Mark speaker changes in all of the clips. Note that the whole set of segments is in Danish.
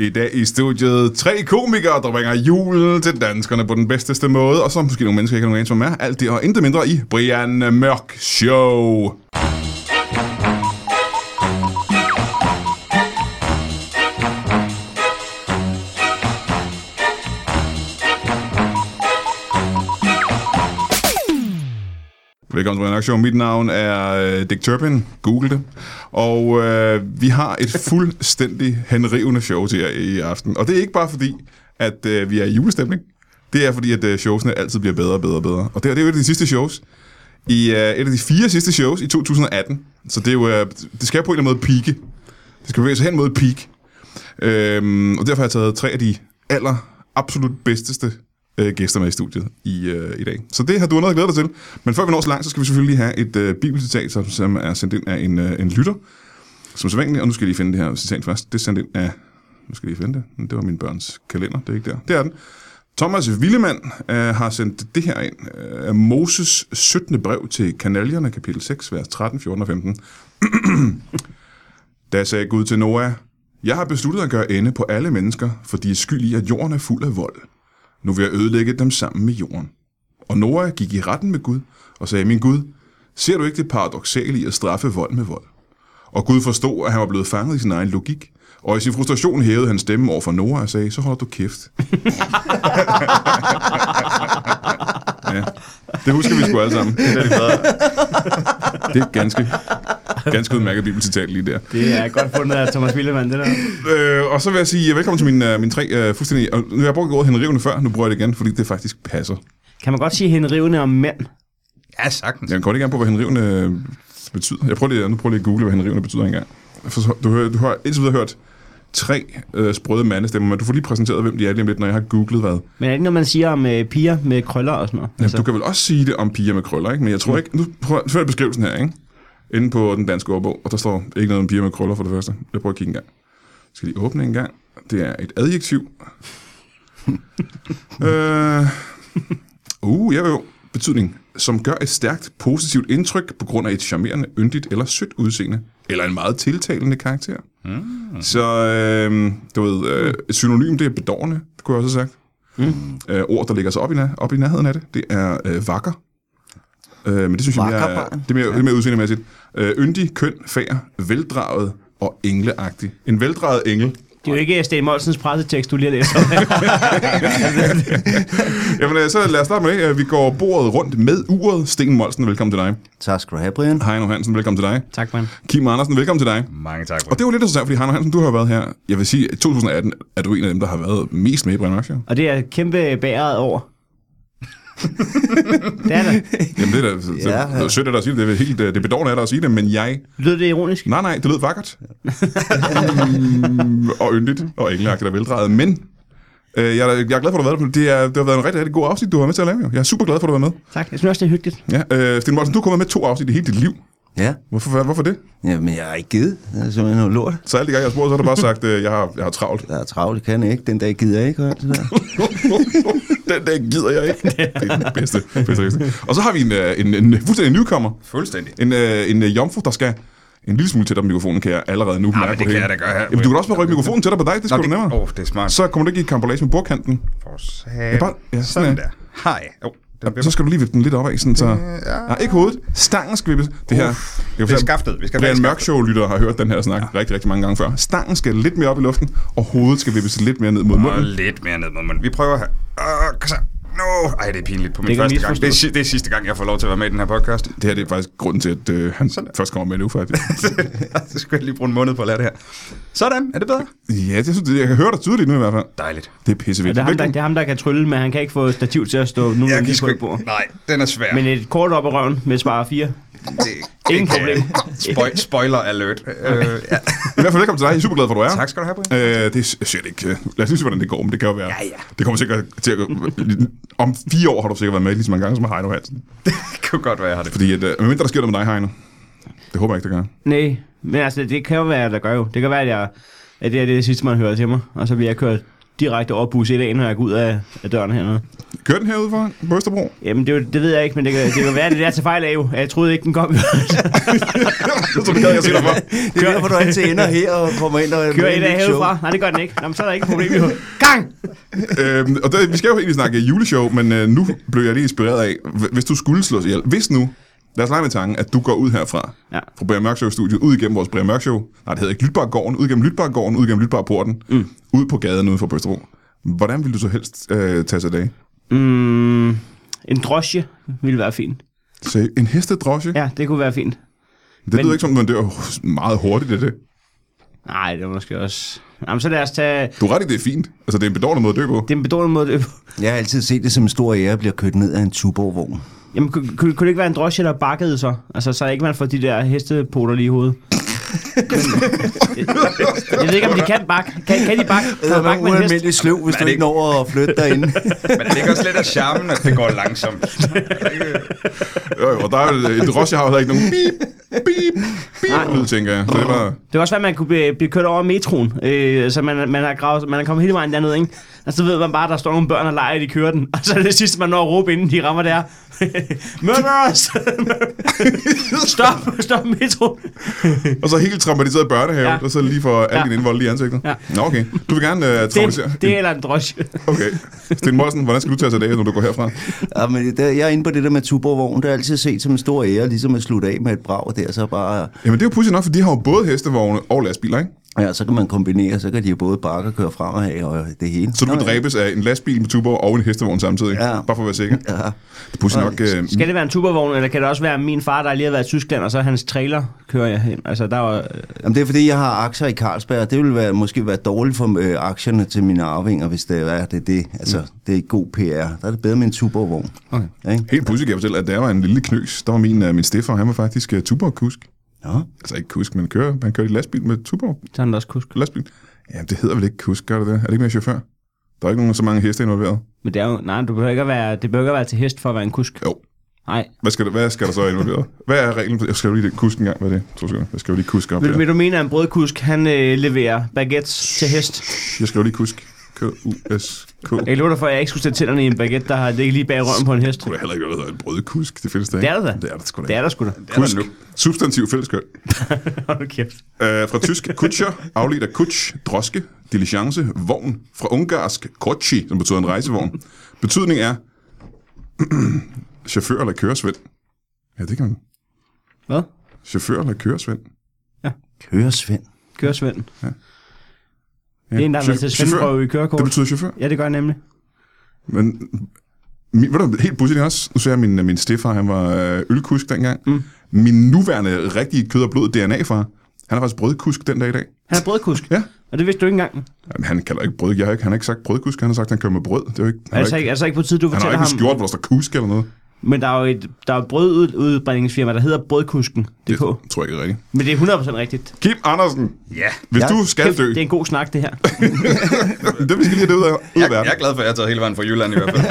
Speaker 1: I dag i studiet tre komikere, der bringer julen til danskerne på den bedsteste måde, og så måske nogle mennesker, jeg ikke har nogen anelse om er. Alt det og intet mindre i Brian Mørk Show. Velkommen til Brian Mørk Show. Mit navn er øh, Dick Turpin. Google det. Og øh, vi har et fuldstændig henrivende show til jer i aften. Og det er ikke bare fordi, at øh, vi er i julestemning. Det er fordi, at øh, showsene altid bliver bedre og bedre og bedre. Og det, her, det er jo et af de sidste shows. I øh, et af de fire sidste shows i 2018. Så det, er jo, øh, det skal på en eller anden måde pike. Det skal bevæge sig hen mod et peak. Øhm, og derfor har jeg taget tre af de aller absolut bedsteste øh, gæster med i studiet i, øh, i dag. Så det har du noget at glæde dig til. Men før vi når så langt, så skal vi selvfølgelig have et øh, bibelcitat, som, som er sendt ind af en, øh, en lytter, som så vanligt. Og nu skal jeg lige finde det her citat først. Det er sendt ind af... Nu skal jeg lige finde det. Men Det var min børns kalender. Det er ikke der. Det er den. Thomas Willemann øh, har sendt det her ind. Øh, af Moses 17. brev til kanaljerne, kapitel 6, vers 13, 14 og 15. Da sagde Gud til Noah, Jeg har besluttet at gøre ende på alle mennesker, for de er skyld i, at jorden er fuld af vold. Nu vil jeg ødelægge dem sammen med jorden. Og Noah gik i retten med Gud og sagde, Min Gud, ser du ikke det paradoxale i at straffe vold med vold? Og Gud forstod, at han var blevet fanget i sin egen logik, og i sin frustration hævede han stemmen over for Noah og sagde, så holder du kæft. ja, det husker vi sgu alle sammen. Det er et ganske, ganske udmærket bibelcitat lige der.
Speaker 2: Det er godt fundet af Thomas Willemann, det der.
Speaker 1: Øh, og så vil jeg sige velkommen til mine, øh, mine tre øh, fuldstændig... Og nu har jeg brugt ordet henrivende før, nu bruger jeg det igen, fordi det faktisk passer.
Speaker 2: Kan man godt sige henrivende om mænd?
Speaker 3: Ja, sagtens.
Speaker 1: Jeg kan godt ikke gerne på, hvad henrivende øh, betyder. Jeg prøver lige, nu prøver jeg lige at google, hvad henrivende betyder engang. For, så- du, hører, du har indtil videre hørt tre øh, sprøde mandestemmer, men du får lige præsenteret, hvem de er lige om lidt, når jeg har googlet hvad.
Speaker 2: Men er det ikke noget, man siger om øh, piger med krøller og sådan noget?
Speaker 1: Altså. Du kan vel også sige det om piger med krøller, ikke? Men jeg tror ikke... Nu prøver jeg beskrivelsen her, ikke? Inde på den danske ordbog, og der står ikke noget om piger med krøller for det første. Jeg prøver at kigge en gang. Jeg skal lige åbne en gang. Det er et adjektiv. øh, uh, jeg jo. Betydning. Som gør et stærkt positivt indtryk på grund af et charmerende, yndigt eller sødt udseende. Eller en meget tiltalende karakter. Mm. Så øh, du ved, øh, et synonym, det er bedårende, det kunne jeg også have sagt. Øh, ord, der ligger sig op i, na- op i nærheden af det, det er øh, vakker. Øh, men det synes jeg mere, er-
Speaker 3: Vakkerbarn.
Speaker 1: det er mere, det er mere udseendemæssigt. Øh, yndig, køn, fær, veldraget og engleagtig. En veldraget engel.
Speaker 2: Det er jo ikke Sten Molsens pressetekst, du lige har læst. op.
Speaker 1: Jamen, øh, så lad os starte med det. Øh, Vi går bordet rundt med uret. Sten Molsen, velkommen til dig.
Speaker 3: Tak skal du have, Brian.
Speaker 1: Heino Hansen, velkommen til dig.
Speaker 2: tak, mand.
Speaker 1: Kim Andersen, velkommen til dig.
Speaker 3: Mange tak,
Speaker 1: Og det er jo lidt interessant, fordi Heino Hansen, du har været her. Jeg vil sige, at i 2018 er du en af dem, der har været mest med i Brian Mørk Show.
Speaker 2: Og det er kæmpe bæret over. det er det.
Speaker 1: Jamen, det er da det,
Speaker 3: Ja,
Speaker 1: det er sødt af dig at sige det. Det er helt øh, det er bedårende af dig at sige det, men jeg
Speaker 2: Lød det ironisk?
Speaker 1: Nej, nej, det lød vakkert. Mm, og yndigt, og engelagtigt og veldrejet, men... Øh, jeg, er, da- jeg er glad for, at du har været der. Det, er, det har været en rigtig, rigtig god afsnit, du har været med til at lave. Jo. Jeg er super glad for, at du har været med.
Speaker 2: Tak. Jeg synes også, det er hyggeligt.
Speaker 1: Ja, øh, Sten Mortensen, du er kommet med to afsnit i hele dit liv.
Speaker 3: Ja,
Speaker 1: Hvorfor, hvad- hvorfor det?
Speaker 3: ja men jeg har ikke givet. Det er simpelthen noget lort.
Speaker 1: Så alle de gange, jeg har spurgt, så har du bare sagt, øh, jeg, har, jeg har travlt.
Speaker 3: Jeg er travlt, det kan jeg ikke. Den dag gider jeg ikke. og alt
Speaker 4: altså.
Speaker 3: det der.
Speaker 1: den dag gider jeg ikke. Det er den bedste. bedste, bedste. Og så har vi en, øh, en, en fuldstændig nykommer.
Speaker 3: Fuldstændig.
Speaker 1: En, øh, en øh, jomfru, der skal en lille smule tættere på mikrofonen, kan jeg allerede nu. mærke
Speaker 3: men det
Speaker 1: på
Speaker 3: kan
Speaker 1: hende.
Speaker 3: jeg da gøre her.
Speaker 1: Jamen, du kan også bare rykke mikrofonen tættere på dig, det skulle du nemmere.
Speaker 3: Åh, oh, det er smart.
Speaker 1: Så kommer du ikke i kampolage med bordkanten.
Speaker 3: For
Speaker 1: Ja,
Speaker 3: sat.
Speaker 1: bare- ja, sådan
Speaker 3: sådan
Speaker 1: er.
Speaker 3: der. Hej. Oh, den
Speaker 1: Så
Speaker 3: bliver...
Speaker 1: skal du lige vippe den lidt op af, sådan så...
Speaker 3: Øh, ja.
Speaker 1: Nej, ikke hovedet. Stangen skal vippes. Det her... Jeg
Speaker 3: Det er skaftet. Vi skal
Speaker 1: Brian
Speaker 3: bag
Speaker 1: Mørk Show-lytter har hørt den her snak ja. rigtig, rigtig mange gange før. Stangen skal lidt mere op i luften, og hovedet skal vippes lidt mere ned mod
Speaker 3: Og
Speaker 1: munden.
Speaker 3: lidt mere ned mod munden. Vi prøver her. Åh, kom så. No. Ej, det er pinligt på min
Speaker 2: Det kan
Speaker 3: første gang. Det er,
Speaker 2: misforstås.
Speaker 3: si- det er sidste gang, jeg får lov til at være med i den her podcast.
Speaker 1: Det her det er faktisk grunden til, at øh, han sådan. først kommer med nu, faktisk.
Speaker 3: så skal jeg lige bruge en måned på at lære det her. Sådan, er det bedre?
Speaker 1: ja, det synes jeg, jeg kan høre dig tydeligt nu i hvert fald.
Speaker 3: Dejligt.
Speaker 1: Det er pissevildt.
Speaker 2: Det er, ham, der, det er ham, der kan trylle, men han kan ikke få stativ til at stå nu
Speaker 3: Jeg
Speaker 2: lige
Speaker 3: kan
Speaker 2: på
Speaker 3: sgu
Speaker 2: et bord.
Speaker 3: ikke... Nej, den er svær.
Speaker 2: Men et kort op i røven med svarer 4.
Speaker 3: det,
Speaker 2: Ingen problem.
Speaker 3: Spoil, spoiler alert. Øh, ja.
Speaker 1: I hvert fald velkommen til dig. Jeg er super glad for, at du er.
Speaker 3: Tak skal du have, Brian.
Speaker 1: Øh, det er shit ikke. øh, Lad os lige se, hvordan det går, men det kan jo være. Ja, ja. Det kommer sikkert til at gå... Om fire år har du sikkert været med lige så mange gange som Heino Hansen.
Speaker 3: Det kunne godt være, jeg har det.
Speaker 1: Fordi at, øh, medmindre der sker noget med dig, Heino. Det håber jeg ikke, der gør.
Speaker 2: Nej, men altså, det kan jo være, at der gør jo. Det kan være, at, jeg, at det er det sidste, man hører til mig. Og så bliver jeg kørt direkte over bus 1A, når jeg går ud af, af døren hernede.
Speaker 1: Kører den herude foran på Østerbro?
Speaker 2: Jamen, det, er jo- det ved jeg ikke, men det kan, det kan være, det der til fejl af jo. Jeg troede ikke, den kom.
Speaker 1: Så gad jeg se dig for.
Speaker 4: Det er derfor, du altid ender her og kommer ind og...
Speaker 2: Kører et af herudfra. Nej, det gør den ikke. Nå, men så er der ikke et problem jo.
Speaker 4: Gang!
Speaker 1: øhm, og der, vi skal jo egentlig snakke juleshow, men øh, nu blev jeg lige inspireret af, hv- hvis du skulle slås ihjel. Hvis nu, lad os lege med tanken, at du går ud herfra,
Speaker 2: Ja.
Speaker 1: fra Brian Mørk Show-studiet, ud igennem vores Brian Mørk Show, nej, det hedder ikke Lytbargården, ud igennem Lytbargården, ud igennem Lytbarporten, mm. ud på gaden ude for Bøsterbro. Hvordan ville du så helst øh, tage sig af dag?
Speaker 2: Mm, en drosje ville være fint.
Speaker 1: Se, en hestedrosje? Ja,
Speaker 2: Ja, det kunne være fint.
Speaker 1: det lyder
Speaker 2: men-
Speaker 1: ikke som, man dør meget hurtigt af det.
Speaker 2: Nej, det var måske også... Jamen, så lad os tage...
Speaker 1: Du er ret i, det er fint. Altså, det er en bedårende måde at dø på.
Speaker 2: Det er en bedående måde... at dø på.
Speaker 4: Jeg har altid set det som en stor ære at blive kørt ned af en tuborgvogn.
Speaker 2: Jamen, kunne, kunne, kunne det ikke være en drosje, der bakkede så? Altså, så ikke man får de der hestepoter lige i hovedet. Men, jeg ved ikke, om de kan bakke. Kan, kan de bakke? Kan
Speaker 4: Det er
Speaker 2: man bakke med en hest?
Speaker 4: ualmindelig sløv, hvis
Speaker 3: er
Speaker 4: du
Speaker 3: det
Speaker 4: ikke når at flytte derinde.
Speaker 3: Men det ligger også lidt af charmen, at det går langsomt.
Speaker 1: Jo, jo, og der er jo, et drosje har jo heller ikke nogen bip, bip, bip, lyd, tænker jeg. Så det er bare...
Speaker 2: Det kan også være, at man kunne blive, blive kørt over metroen. Øh, så man, man, har gravet, man er kommet hele vejen derned, ikke? Og så ved man bare, at der står nogle børn og leger, de kører den. Og så er det sidste, man når at råbe, inden de rammer der. Murderers! stop, stop metroen.
Speaker 1: Og så helt traumatiseret børnehave, ja.
Speaker 2: Ja.
Speaker 1: og så lige for alt
Speaker 2: Ja.
Speaker 1: ja. din indvold lige i ansigtet. Ja.
Speaker 2: Ja.
Speaker 1: Nå, okay. Du vil gerne uh, traumatisere.
Speaker 2: Det, det er eller en drosje.
Speaker 1: Okay. Sten Morsen, hvordan skal du tage sig af det, når du går herfra?
Speaker 4: Ja, men der, jeg er inde på det der med tuborgvogn. Det er altid set som en stor ære, ligesom at slutte af med et brag der. Så, bare,
Speaker 1: Jamen, det er jo pudsigt nok, for de har jo både hestevogne og lastbiler, ikke?
Speaker 4: ja, så kan man kombinere, så kan de jo både bakke og køre fremad og det hele.
Speaker 1: Så du
Speaker 4: Nå,
Speaker 1: kan
Speaker 4: ja.
Speaker 1: dræbes af en lastbil med tuber og en hestevogn samtidig.
Speaker 4: Ja.
Speaker 1: Bare for at være sikker.
Speaker 4: Ja.
Speaker 1: Det er pudsigt nok... Uh,
Speaker 2: Skal det være en tubervogn, eller kan det også være min far, der lige har været i Tyskland, og så hans trailer kører jeg hen? Altså, der var...
Speaker 4: Jamen, det er fordi, jeg har aktier i Carlsberg. Det ville være, måske være dårligt for øh, aktierne til mine arvinger, hvis det er det. er det. Altså, det er god PR. Der er det bedre med en tuborgvogn.
Speaker 1: Mm. Okay.
Speaker 4: Ikke?
Speaker 1: Helt pudsigt kan jeg fortælle, at der var en lille knøs. Der var min, uh, min stefar, han var faktisk uh, tuberkusk.
Speaker 4: Nå.
Speaker 1: Altså ikke kusk, men kører. Han kørte i lastbil med tuber.
Speaker 2: Så er han da også kusk.
Speaker 1: Lastbil. Jamen, det hedder vel ikke kusk, gør det det? Er det ikke mere chauffør? Der er ikke nogen så mange heste involveret.
Speaker 2: Men det er jo... Nej, du behøver ikke at være, det behøver ikke at være til hest for at være en kusk.
Speaker 1: Jo.
Speaker 2: Nej.
Speaker 1: Hvad skal, der, hvad skal der så involvere? Hvad er reglen? for- Jeg skal jo lige kuske en gang. Hvad er det? To sekunder. Jeg skal jo lige kuske op.
Speaker 2: Vil,
Speaker 1: her.
Speaker 2: vil du mene, at en brødkusk, han øh, leverer baguettes til hest?
Speaker 1: Jeg skal jo lige kuske. K-U-S-K.
Speaker 2: Jeg lover dig for, at jeg ikke skulle sætte tænderne i en baguette, der har ligget lige bag røven på en hest.
Speaker 1: Du er heller ikke noget, der hedder en brødkusk. Det findes der
Speaker 2: Det
Speaker 1: ikke.
Speaker 2: er det da.
Speaker 1: Det er der sgu da
Speaker 2: Det
Speaker 1: ikke.
Speaker 2: er der sgu da.
Speaker 3: Det er
Speaker 1: Kusk.
Speaker 3: der nu.
Speaker 1: Substantiv fælleskøn.
Speaker 2: Hold nu kæft.
Speaker 1: Øh, fra tysk kutscher, afledt af kutsch, droske, diligence, vogn. Fra ungarsk kotschi, som betyder en rejsevogn. Betydning er chauffør eller køresvend. Ja, det kan man.
Speaker 2: Hvad?
Speaker 1: Chauffør eller køresvend.
Speaker 4: Køresvend.
Speaker 2: Køresvend. Ja. Det er en, der har været til svendprøve i
Speaker 1: Det
Speaker 2: kørekort.
Speaker 1: betyder chauffør.
Speaker 2: Ja, det gør jeg nemlig.
Speaker 1: Men min, ved du, helt pudsigt også, nu sagde jeg, min, min stefar, han var øh, ølkusk dengang. Mm. Min nuværende rigtige kød og blod DNA-far, han er faktisk brødkusk den dag i dag.
Speaker 2: Han er brødkusk.
Speaker 1: Ja.
Speaker 2: Og det vidste du ikke engang.
Speaker 1: Jamen, han kalder ikke brød. Jeg har ikke, han har ikke sagt brødkusk, han har sagt, han kører med brød. Det er jo ikke, han,
Speaker 2: Altså
Speaker 1: har ikke,
Speaker 2: ikke, altså ikke på tid, du
Speaker 1: han har
Speaker 2: fortæller
Speaker 1: ikke en
Speaker 2: ham.
Speaker 1: skjort, hvor der står kusk eller noget.
Speaker 2: Men der er jo et, der er et brødudbrindingsfirma, der hedder Brødkusken. Det, på.
Speaker 1: Det tror jeg ikke er rigtigt.
Speaker 2: Men det er 100% rigtigt.
Speaker 1: Kim Andersen,
Speaker 3: Ja,
Speaker 1: hvis
Speaker 4: Ja.
Speaker 1: du skal
Speaker 2: Kæft,
Speaker 1: dø,
Speaker 2: det er en god snak, det her.
Speaker 1: det vi skal lige have det ud af, ud
Speaker 3: jeg,
Speaker 1: af verden.
Speaker 3: jeg er glad for, at jeg har taget hele vejen fra Jylland i hvert fald.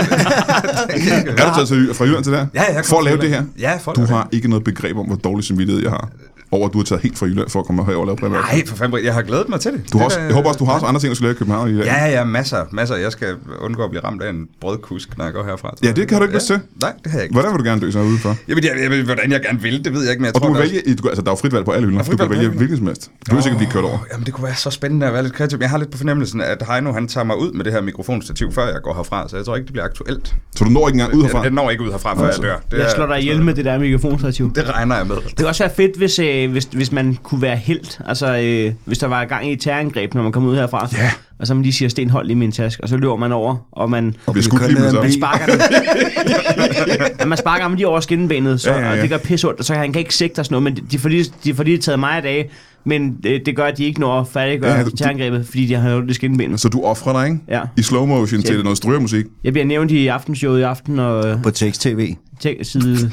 Speaker 1: er du taget til, fra Jylland til det her?
Speaker 3: Ja, jeg kommer
Speaker 1: for at lave
Speaker 3: fra
Speaker 1: det her?
Speaker 3: Jylland. Ja, for at
Speaker 1: Du
Speaker 3: lave det.
Speaker 1: har ikke noget begreb om, hvor dårlig samvittighed jeg har. Over at du har taget helt fra Jylland for at komme herover og lave præmier.
Speaker 3: Nej, for fanden, jeg har glædet mig til det.
Speaker 1: Du
Speaker 3: det
Speaker 1: har også,
Speaker 3: er da-
Speaker 1: jeg håber også, du har også andre ting, du skal lave i København i dag.
Speaker 3: Ja, ja, masser, masser. Jeg skal undgå at blive ramt af en brødkusk, når jeg går herfra. tror
Speaker 1: Ja,
Speaker 3: jeg.
Speaker 1: det kan du ikke lyst til.
Speaker 3: Nej, det har jeg ikke.
Speaker 1: Hvordan vil du gerne dø sig udenfor?
Speaker 3: Jamen, jeg, jeg, hvordan jeg gerne vil, det ved jeg ikke, men jeg
Speaker 1: Og
Speaker 3: tror
Speaker 1: du må
Speaker 3: der-
Speaker 1: vælge, du, altså der er jo frit valg på alle hylder. Du kan
Speaker 3: frit valg på
Speaker 1: vælge
Speaker 3: alle
Speaker 1: hvilken som helst. Du behøver sikkert blive kørt over.
Speaker 3: Åh, Jamen, det kunne være så spændende at være lidt kreativ. Men Jeg har lidt på fornemmelsen, at Heino han tager mig ud med det her mikrofonstativ, før jeg går herfra, så jeg tror ikke, det bliver aktuelt.
Speaker 1: Så du når ikke engang ud herfra. Altså.
Speaker 3: Jeg, jeg når ikke ud herfra, før jeg dør. Det
Speaker 2: Jeg
Speaker 3: er-
Speaker 2: slår dig ihjel med det der mikrofonstativ.
Speaker 3: Det regner jeg med.
Speaker 2: Det kunne også være fedt, hvis, øh, hvis, hvis man kunne være helt. Altså, øh, hvis der var gang i et terrorangreb, når man kom ud herfra.
Speaker 1: Ja.
Speaker 2: Og så man lige siger, sten hold i min taske. Og så løber man over, og man,
Speaker 1: Og bliver skudt lige med det
Speaker 4: Man
Speaker 1: samme.
Speaker 2: man sparker den. ja, man sparker ham lige over skinnebenet, så, ja, ja, ja. og det gør pissondt. Og så han kan ikke sigte og sådan noget, men de får lige, de får lige taget mig af dage. Men øh, det gør, at de ikke når at færdiggøre
Speaker 1: Ja,
Speaker 2: ja,
Speaker 1: ja, du-
Speaker 2: terrorangrebet, fordi de har holdt i skinnebenet.
Speaker 1: Så du offrer dig, ikke?
Speaker 2: Ja.
Speaker 1: I slow motion til
Speaker 2: Shit.
Speaker 1: noget strygermusik.
Speaker 2: Jeg bliver nævnt i aftenshowet i aften, og øh,
Speaker 4: På tekst-tv.
Speaker 2: tæ- side,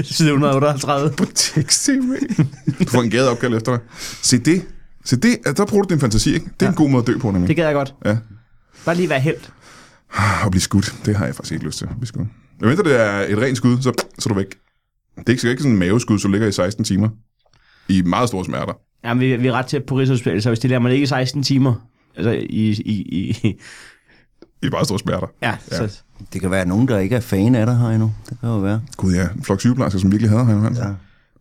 Speaker 2: side 138.
Speaker 1: På tekst-tv. Du får en gade opkald efter dig. Se det. Se det, at der bruger du din fantasi, ikke? Det er en god måde at dø på,
Speaker 2: Det
Speaker 1: nemlig.
Speaker 2: gad jeg godt.
Speaker 1: Ja. Ah,
Speaker 2: Bare lige være helt.
Speaker 1: At blive skudt, det har jeg faktisk ikke lyst til at blive skudt. Hvad mindre det er et rent skud, så, så er du væk. Det er ikke, ikke sådan en maveskud, så du ligger i 16 timer. I meget store smerter.
Speaker 2: Jamen, vi, vi er ret tæt på Rigshospitalet, så hvis det lærer mig ligge i 16 timer, altså, i, i, i,
Speaker 1: I er bare store smerter.
Speaker 2: ja, ja. Så,
Speaker 4: Det kan være nogen, der ikke er fan af dig her endnu. Det kan jo være.
Speaker 1: Gud ja, en flok sygeplejersker, som virkelig hader ham. Ja.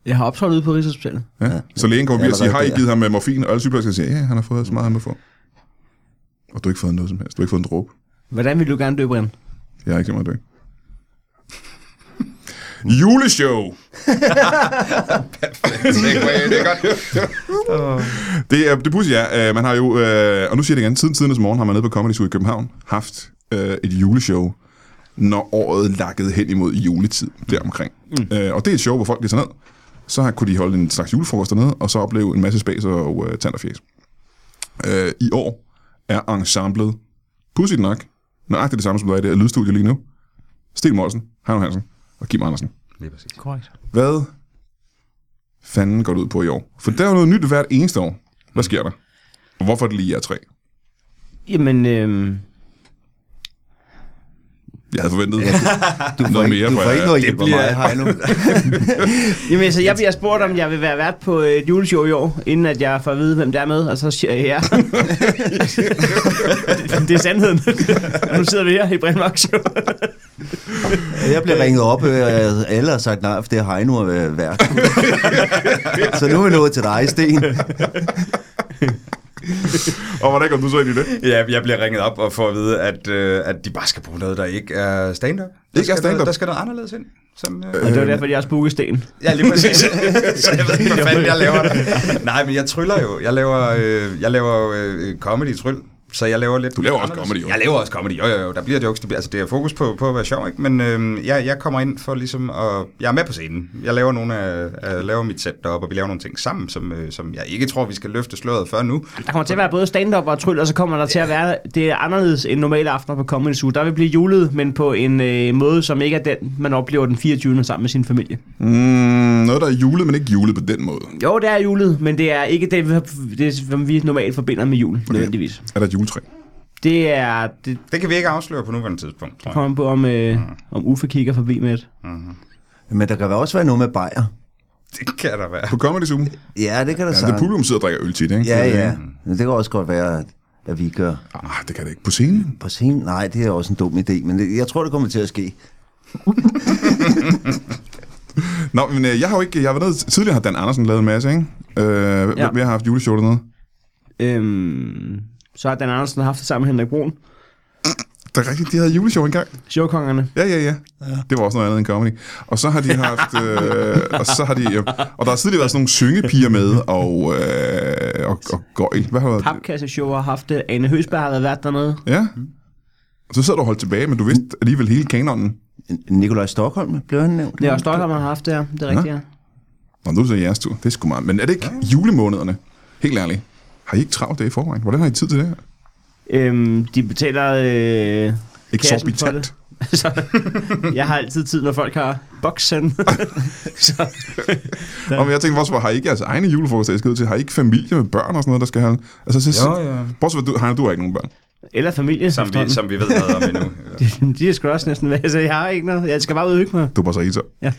Speaker 2: jeg har optrådt ude på Rigshospitalet.
Speaker 1: Ja. Så lægen går
Speaker 4: Ja,
Speaker 1: forbi og siger, har
Speaker 4: allerede
Speaker 1: I
Speaker 4: der.
Speaker 1: givet ham øh, morfin? Og alle sygeplejersker siger, ja, han har fået så meget, han må få. Og du har ikke fået noget som helst. Du har ikke fået en dråbe.
Speaker 2: Hvordan vil du gerne dø, Brian?
Speaker 1: Jeg har ikke tænkt mig at dø. Juleshow!
Speaker 3: det er godt.
Speaker 1: Det, er, det pudsige er, øh, man har jo, øh, og nu siger jeg det igen, siden tidernes morgen har man nede på Comedy Zoo i København haft øh, et juleshow, når året lakkede hen imod juletid deromkring. Mm. Øh, og det er et show, hvor folk lige tager ned. Så har, kunne de holde en slags julefrokost dernede, og så opleve en masse spas og øh, tand og fjæs. Øh, I år er ensemblet, pudsigt nok, nøjagtigt det samme som der er i det her lydstudie lige nu. Stil Molsen, Heino Hansen og Kim Andersen.
Speaker 3: Lige præcis.
Speaker 2: Korrekt.
Speaker 1: Hvad fanden går det ud på i år? For der er jo noget nyt hvert eneste år. Hvad sker der? Og hvorfor er det lige er tre?
Speaker 2: Jamen, øhm,
Speaker 1: Jeg havde forventet.
Speaker 4: Du
Speaker 1: Noget mere,
Speaker 4: ikke, du
Speaker 1: for
Speaker 4: får
Speaker 1: jeg-
Speaker 4: ikke noget
Speaker 1: det
Speaker 4: hjælp af
Speaker 3: bliver-
Speaker 4: mig, Heino.
Speaker 2: jamen altså, jeg bliver spurgt, om jeg vil være vært på øh, et juleshow i år, inden at jeg får at vide, hvem der er med, og så siger jeg ja. det, det er sandheden. Og nu sidder vi her i Brian Mørk Show.
Speaker 4: Jeg blev ringet op, øh, og alle har sagt nej, for det har Heino øh, været. Så nu er vi nået til dig, Sten.
Speaker 1: og hvordan kom du så ind i det?
Speaker 3: Ja, jeg bliver ringet op og får at vide, at, øh, at de bare skal bruge noget, der ikke er stand-up.
Speaker 1: Ikke
Speaker 3: Der
Speaker 1: er
Speaker 3: skal
Speaker 1: stand-up?
Speaker 3: noget- Der skal noget anderledes ind. Som, øh,
Speaker 2: Og det var derfor, jeg også bookede sten.
Speaker 3: Ja, lige præcis. så jeg ved ikke, hvad fanden jeg laver der. Nej, men jeg tryller jo. Jeg laver, øh, jeg laver øh, comedy-tryl. Så jeg laver lidt...
Speaker 1: Du laver også
Speaker 3: anderledes.
Speaker 1: comedy, jo.
Speaker 3: Jeg laver også comedy, jo, jo, jo. Der bliver jokes, det bliver, altså det er fokus på, på at være sjov, ikke? Men øh, jeg, jeg kommer ind for ligesom at... Jeg er med på scenen. Jeg laver, nogle af, øh, laver mit sæt deroppe, og vi laver nogle ting sammen, som, øh, som jeg ikke tror, vi skal løfte sløret før nu.
Speaker 2: Der kommer til at være både stand-up og tryl, og så kommer der til at være, det er anderledes end normale aftener på Comedy Zoo. Der vil blive julet, men på en øh, måde, som ikke er den, man oplever den 24. sammen med sin familie.
Speaker 1: Mm, noget, der er julet, men ikke julet på den måde.
Speaker 2: Jo, det er julet, men det er ikke det, vi- det som vi normalt forbinder med jul, okay. nødvendigvis.
Speaker 1: Er der et juletræ?
Speaker 2: Det er, det
Speaker 3: Det kan vi ikke afsløre på nuværende tidspunkt, tror jeg.
Speaker 2: kommer på, om, øh, om Uffe kigger forbi med et.
Speaker 4: Men der kan vel også være noget med bajer.
Speaker 3: Det kan der være.
Speaker 1: På Comedy Zoom?
Speaker 4: Ja, det kan der
Speaker 1: Ja,
Speaker 4: ja,
Speaker 1: det publikum sidder og drikker øl tit, ikke? øh,
Speaker 4: Ja, ja. Men det kan også godt være, at, at vi gør
Speaker 1: Ah, det kan det ikke. På scenen?
Speaker 4: på scenen. Nej, det er også en dum idé, men det, jeg tror, det kommer til at ske.
Speaker 1: Nå, men øh, jeg har jo ikke... Jeg var nede... Tidligere har Dan Andersen lavet en masse, ikke? Øh, ja.
Speaker 2: Ja.
Speaker 1: Vi har haft juleshow dernede.
Speaker 2: Øhm, så har Dan Andersen haft det sammen med Henrik Brun.
Speaker 1: Det er rigtigt, de havde juleshow engang.
Speaker 2: Showkongerne.
Speaker 1: Ja, ja, ja, ja. Det var også noget andet end comedy. Og så har de haft... Øh, og så har de... Øh, og der har tidligere været sådan nogle syngepiger med, og... Øh, og, og gøjl. Hvad har der været?
Speaker 2: Papkasseshow har haft det. Ane Høsberg har været vært dernede.
Speaker 1: Ja. Så sidder du og holdt tilbage, men du vidste alligevel hele kanonen.
Speaker 4: Nikolaj Stockholm blev han nævnt.
Speaker 2: Det er også Stockholm, har haft det her. Det er rigtigt, ja.
Speaker 1: Nå, nu er det så jeres tur. Det er sgu meget. Men er det ikke julemånederne? Helt ærligt. Har I ikke travlt det i forvejen? Hvordan har I tid til det her?
Speaker 2: Øhm, de betaler... Øh, kassen for
Speaker 1: Exorbitant.
Speaker 2: det. så, jeg har altid tid, når folk har boksen. så,
Speaker 1: Ja. Og men jeg tænkte også, hvor har I ikke jeres egne julefrokoster, I skal ud til? Har I ikke familie med børn og sådan noget, der skal have... Altså, så,
Speaker 3: Jo, ja.
Speaker 1: Bortset fra, du, Heine, du har ikke nogen børn.
Speaker 2: eller familie.
Speaker 3: Som vi, som vi ved noget om endnu.
Speaker 2: efterhånden. de er sgu også næsten væk, så jeg har ikke noget. Jeg skal bare ud og hygge mig.
Speaker 1: Du er bare så etter.
Speaker 2: Ja.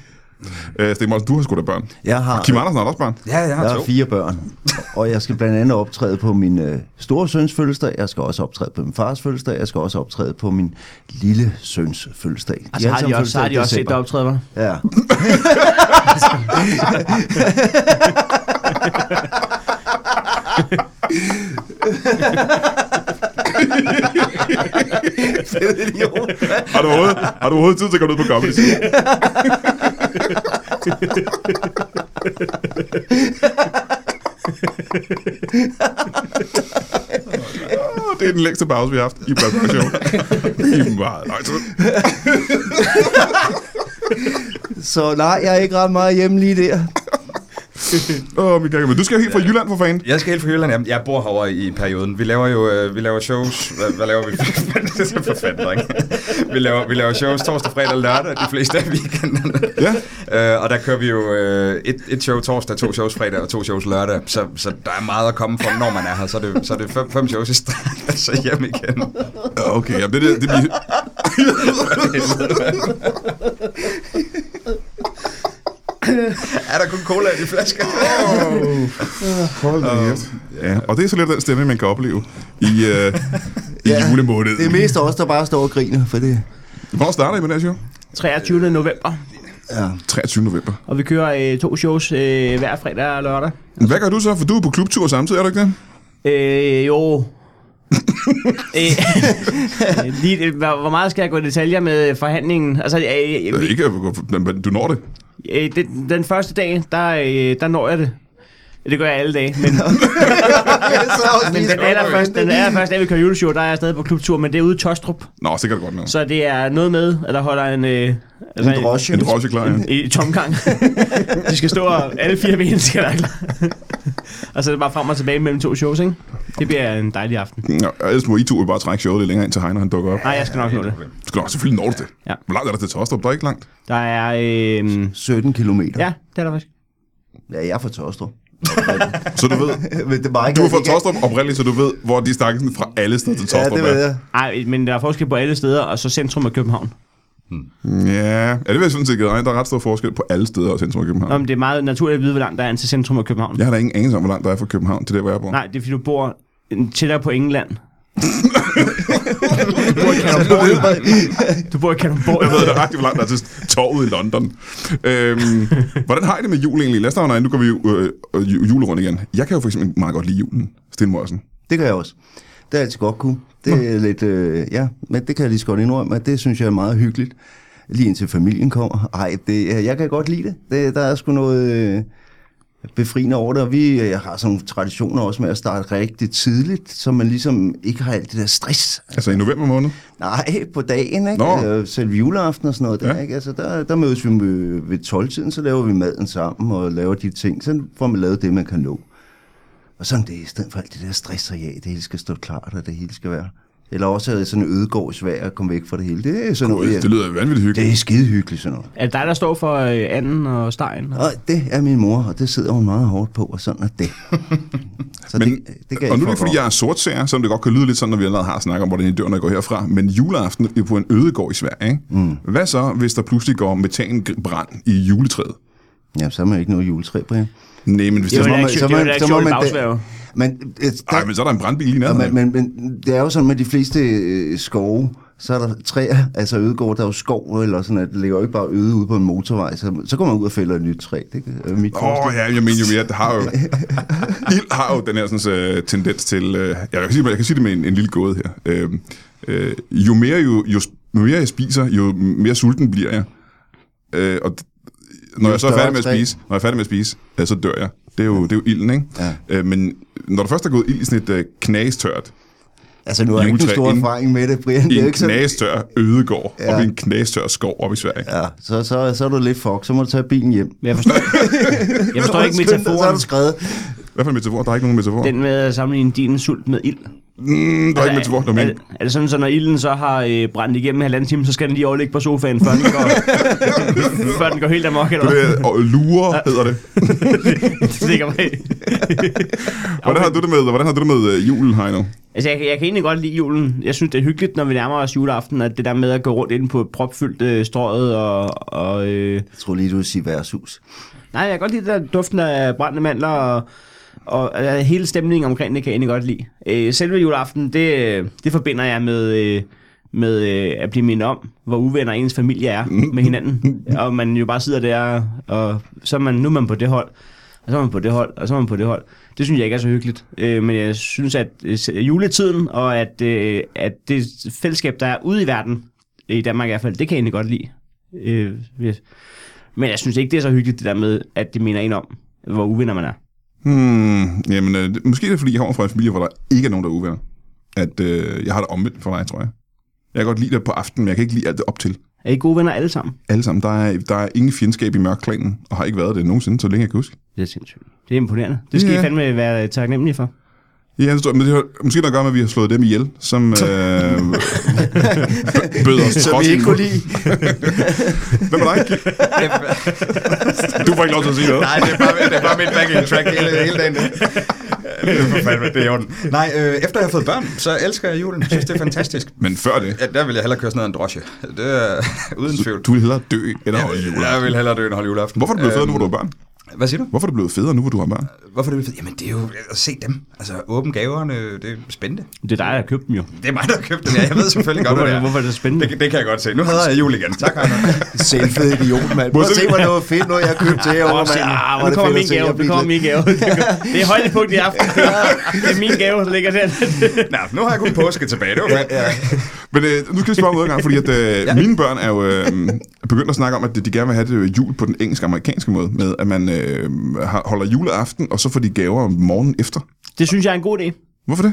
Speaker 1: Øh, Sten Molsen, du har sgu da børn.
Speaker 4: Jeg har,
Speaker 1: Kim Andersen har da også børn.
Speaker 3: Ja, jeg
Speaker 4: jeg
Speaker 3: har
Speaker 4: har
Speaker 3: to.
Speaker 4: fire børn, og jeg skal blandt andet optræde på min øh, store søns fødselsdag, jeg skal også optræde på min fars fødselsdag, jeg skal også optræde på min lille søns fødselsdag. De
Speaker 2: Og så
Speaker 4: er
Speaker 2: Altså, har
Speaker 4: alle
Speaker 2: de
Speaker 4: sammen
Speaker 2: også, så har de
Speaker 4: fødselsdag i
Speaker 2: også set dig
Speaker 4: december.
Speaker 2: optræde, hva'?
Speaker 4: Ja. Fed idiot.
Speaker 1: Har du overhovedet, har du overhovedet tid til at komme ud på Comedy Zoo? Åh, Det er den længste pause, vi har haft i Black Rock Show. I meget lang tid.
Speaker 4: Så nej, jeg er ikke ret meget hjemme lige der.
Speaker 1: Åh, min kære. Men du skal jo helt fra Jylland for fanden.
Speaker 3: Jeg skal helt fra Jylland. Jamen, Jeg bor herovre i perioden. Vi laver jo øh, vi laver shows. Hvad, hvad laver vi? det er så forfærdeligt, ikke? Vi laver, vi laver shows torsdag, fredag og lørdag, de fleste af weekenderne. Ja. Øh, og der kører vi jo øh, et, et show torsdag, to shows fredag og to shows lørdag. Så, så der er meget at komme for, når man er her. Så er det, så er det fem, fem shows i streg, og så hjem igen.
Speaker 1: Okay, jamen det, det, det bliver...
Speaker 3: er der kun cola i de flasker?
Speaker 1: Hold da kæft. Ja, og det er så lidt den stemme, man kan opleve i, øh, i ja, julemåned.
Speaker 4: Det er mest os, der bare står og griner, for det...
Speaker 1: Hvornår starter I med det her show?
Speaker 2: 23. november,
Speaker 4: Ja.
Speaker 1: 23. november.
Speaker 2: og vi kører øh, to shows øh, hver fredag og lørdag.
Speaker 1: Hvad gør du så? For du er på klubtur samtidig, er du ikke det?
Speaker 2: Øh, jo. øh, lige, øh, hvor hvor meget skal jeg gå i detaljer med forhandlingen? Altså, øh, øh,
Speaker 1: Øh, Ikke, men du når det.
Speaker 2: øh, den, den første dag, der, øh, der når jeg det. Det gør jeg alle dage, men Men den allerførste, den allerførste dag, vi kører juleshow, der er jeg stadig på klubtur, men det er ude i Tostrup.
Speaker 1: Nå, sikkert godt nok.
Speaker 2: Så det er noget med, at der holder en... Øh, altså
Speaker 4: En drosje.
Speaker 1: En drosje klar, ja.
Speaker 2: I tomgang. de skal stå, og alle fire ben skal være klar. og så er det bare frem og tilbage mellem to shows, ikke? Det bliver en dejlig aften.
Speaker 1: Nå, og ellers må I to jo bare trække showet lidt længere ind til Heiner, han dukker op.
Speaker 2: Nej, jeg skal nok nå det.
Speaker 1: Du skal nok selvfølgelig nå det.
Speaker 2: Ja.
Speaker 1: Hvor langt er der til Tostrup? Der er ikke langt.
Speaker 2: Der er... Øh,
Speaker 4: 17 kilometer.
Speaker 2: ja, det er der faktisk.
Speaker 4: ja jeg er fra Tostrup.
Speaker 1: Så du ved,
Speaker 4: Men det er bare ikke...
Speaker 1: du er fra Tostrup oprindeligt, så du ved, hvor distancen fra alle steder til
Speaker 4: Ja,
Speaker 1: Tostrup
Speaker 4: det ved
Speaker 1: er.
Speaker 4: jeg.
Speaker 2: Ej, men der er forskel på alle steder, og så centrum af København.
Speaker 1: Ja, ja det vil jeg sådan set give dig. Der er ret stor forskel på alle steder og centrum af København.
Speaker 2: Nå, men det er meget naturligt at vide, hvor langt der er ind til centrum af København.
Speaker 1: Jeg har da ingen anelse om, hvor langt der er fra København til der, hvor jeg bor.
Speaker 2: Nej, det er fordi, du bor tættere på England. Du bor i Kalundborg.
Speaker 1: Jeg ved da rigtig, hvor langt der er til torvet i London. Øhm, hvordan har I det med jul egentlig? Lad os starte, nu går vi jo, øh, øh, julerundt igen. Jeg kan jo for eksempel meget godt lide julen, Sten Morsen.
Speaker 4: Det gør jeg også. Det har jeg altid godt kunne. Det er lidt, øh, ja, men det kan jeg lige så godt indrømme, at det synes jeg er meget hyggeligt. Lige indtil familien kommer. Ej, det, øh, jeg kan godt lide det. det der er sgu noget øh, befriende over det, og vi øh, har sådan nogle traditioner også med at starte rigtig tidligt, så man ligesom ikke har alt det der stress.
Speaker 1: Altså i november måned.
Speaker 4: Nej, på dagen, ikke?
Speaker 1: Nå.
Speaker 4: Øh, Selve juleaften og sådan noget der,
Speaker 1: Ja.
Speaker 4: ja. ikke? Altså, der, der mødes vi med, ved 12-tiden, så laver vi maden sammen og laver de ting. Så får man lavet det, man kan nå. Og sådan det, i stedet for alt det der stress og ja, det hele skal stå klart, og det hele skal være... Eller også er det sådan en ødegård i Sverige at komme væk fra det hele. Det er sådan noget, ja.
Speaker 1: Det lyder vanvittigt hyggeligt.
Speaker 4: Det er skide hyggeligt sådan noget.
Speaker 2: Er det dig, der står for øh, anden og stegen?
Speaker 4: Og det er min mor, og det sidder hun meget hårdt på, og sådan er det. Så
Speaker 1: Men,
Speaker 4: det, det
Speaker 1: og nu er det
Speaker 4: kan jeg
Speaker 1: ikke,
Speaker 4: ikke
Speaker 1: fordi
Speaker 4: forklare.
Speaker 1: jeg er sortseer, selvom det godt kan lyde lidt sådan, når vi allerede har snakket om, hvordan dørene går herfra. Men juleaften er på en ødegård i Sverige. Ikke? Mm. Hvad så, hvis der pludselig går metanbrand i juletræet?
Speaker 4: Jamen, så er man jo ikke noget juletræ, Brian.
Speaker 1: Nej, men hvis det,
Speaker 2: Det er
Speaker 1: det er
Speaker 2: jo en
Speaker 1: man,
Speaker 2: aktion- det er jo en aktion i bagsværge.
Speaker 4: Men, øh, der,
Speaker 1: Ej, men så er der en brandbil i
Speaker 4: Ja,
Speaker 1: nærheden.
Speaker 4: men, men, men det er jo sådan med de fleste øh, skove, så er der træer, altså ødegård, der er jo skov, eller sådan, at det ligger jo ikke bare øde ude på en motorvej, så, så går man ud og fælder et nyt træ. Det er øh, mit
Speaker 1: Åh
Speaker 4: oh,
Speaker 1: oh, ja, jeg mener jo mere, at det har jo, ild har jo den her sådan, øh, tendens til, øh, jeg, kan sige, jeg kan sige det med en, en lille gåde her, øh, øh, jo, mere, jo, jo, sp- jo mere jeg spiser, jo mere sulten bliver jeg. Øh, og d- når jeg så er
Speaker 4: større
Speaker 1: færdig med at
Speaker 4: træ.
Speaker 1: spise, når jeg er færdig med at spise, øh, så dør jeg. Det er jo, det er jo ilden, ikke?
Speaker 4: Ja.
Speaker 1: Øh, men når der først er gået ild i sådan et øh, knastørt,
Speaker 4: Altså, nu har jeg ikke en
Speaker 1: juletræ
Speaker 4: stor
Speaker 1: ind-
Speaker 4: erfaring med det, Brian.
Speaker 1: i
Speaker 4: Det er jo
Speaker 1: en
Speaker 4: ikke sådan,
Speaker 1: knastør ødegård, ja.
Speaker 4: Ja.
Speaker 1: op i en knastør skov op i Sverige.
Speaker 4: ja, så, så, så er du lidt fuck, så må du tage bilen hjem.
Speaker 2: Men jeg forstår, jeg forstår ikke
Speaker 4: Undskyld, Så er
Speaker 2: metaforen.
Speaker 4: du skrevet.
Speaker 1: Hvad for en metafor? Der er ikke nogen metafor. Den,
Speaker 2: Den med at sammenligne din sult med ild.
Speaker 1: mm, der er ikke metafor, der er
Speaker 2: er,
Speaker 1: min.
Speaker 2: det- er det sådan, så når ilden så har øh, brændt igennem halvanden time, så skal den lige overligge på sofaen, før den går, før den går helt amok, eller hvad?
Speaker 1: Det er- Og lure hedder det.
Speaker 2: Det ligger mig.
Speaker 1: Hvordan har du det med, hvordan har du det med øh, julen, Heino?
Speaker 2: Altså, jeg, kan- jeg kan egentlig godt lide julen. Jeg synes, det er hyggeligt, når vi nærmer os juleaften, at det der med at gå rundt inde på et propfyldt øh, strøget og... og øh,
Speaker 4: Jeg tror lige, du vil sige værtshus.
Speaker 2: Nej, jeg kan godt lide det der duften af brændende mandler, og, og, og hele stemningen omkring det kan jeg egentlig godt lide. Øh, selve juleaften, det, øh, det forbinder jeg med, øh, med øh, at blive mindet om, hvor uvenner ens familie er med hinanden. Og man jo bare sidder der, og så er man, nu er man på det hold, og så er man på det hold, og så er man på det hold. Det synes jeg ikke er så hyggeligt. Øh, men jeg synes, at øh, s- juletiden og at, øh, at det fællesskab, der er ude i verden, i Danmark i hvert fald, det kan jeg egentlig godt lide. Øh, hvis- men jeg synes ikke, det er så hyggeligt, det der med, at det minder en om, hvor uvenner man er.
Speaker 1: Hmm, jamen, øh, det- måske er det, fordi jeg kommer fra en familie, hvor der ikke er nogen, der er uvenner. At øh, jeg har det omvendt for dig, tror jeg. Jeg kan godt lide det på aftenen, men jeg kan ikke lide alt det op til.
Speaker 2: Er I gode venner alle sammen?
Speaker 1: Alle sammen. Der er, der er ingen fjendskab i mørkklanen, og har ikke været det nogensinde, så længe jeg kan huske.
Speaker 2: Det er sindssygt. Det er imponerende. Det skal
Speaker 1: Ja.
Speaker 2: yeah. I fandme være taknemmelige for.
Speaker 1: Ja, det tror jeg, men det har måske noget at gøre med, at vi har slået dem ihjel, som øh, bød os
Speaker 4: Så vi
Speaker 1: trods.
Speaker 4: ikke kunne lide.
Speaker 1: Hvem er dig? Kim? Du får ikke lov til at sige noget.
Speaker 3: Nej, det er bare, det er bare mit backing track hele, hele dagen. Det er for fandme, det er i orden. Nej, øh, efter jeg har fået børn, så elsker jeg julen. Jeg synes, det er fantastisk.
Speaker 1: Men før det,
Speaker 3: Ja, der vil jeg hellere køre sådan noget en drosje. Det er uden tvivl.
Speaker 1: du vil hellere dø, end at holde jul.
Speaker 3: Jeg vil hellere dø end holde juleaften. Øhm,
Speaker 1: Hvorfor er du blevet fed, nu hvor du er børn?
Speaker 3: Hvad siger du?
Speaker 1: Hvorfor er det blevet federe nu, hvor du har børn?
Speaker 3: Hvorfor er det blevet fedt? Jamen, det er jo at se dem. Altså, åbne gaverne, det er spændende.
Speaker 2: Det er dig, der har købt dem jo.
Speaker 3: Det er mig, der har købt den. Ja, jeg ved selvfølgelig godt,
Speaker 2: Hvorfor, er
Speaker 3: hvad det
Speaker 2: det,
Speaker 3: er.
Speaker 2: hvorfor er det spændende?
Speaker 3: Det, det kan jeg godt se. Nu havde jeg jul igen. Tak, Heiner.
Speaker 4: Selvfed idiot, mand. Prøv at se, hvor det var fedt noget, jeg købte til herovre,
Speaker 2: Åh,
Speaker 4: mand.
Speaker 2: se,
Speaker 4: Ah,
Speaker 2: ah,
Speaker 4: hvor
Speaker 2: nu
Speaker 4: er det
Speaker 2: kommer
Speaker 4: fedt at
Speaker 2: min
Speaker 4: se,
Speaker 2: gave,
Speaker 4: jeg
Speaker 2: nu
Speaker 4: bliver
Speaker 2: kommer min
Speaker 4: lidt-
Speaker 2: gave. Det er højdepunkt i aften. Det er min gave, der ligger der.
Speaker 3: Nå, nu har jeg kun påske tilbage. Det var fedt.
Speaker 4: Ja,
Speaker 1: Men øh, nu skal vi spørge om noget gang, fordi at, øh, ja. mine børn er jo øh, begyndt at snakke om, at de gerne vil have det øh, jul på den engelsk-amerikanske måde, med at man øh, har- holder juleaften, og så får de gaver om morgenen efter.
Speaker 2: Det synes jeg er en god idé.
Speaker 1: Hvorfor det?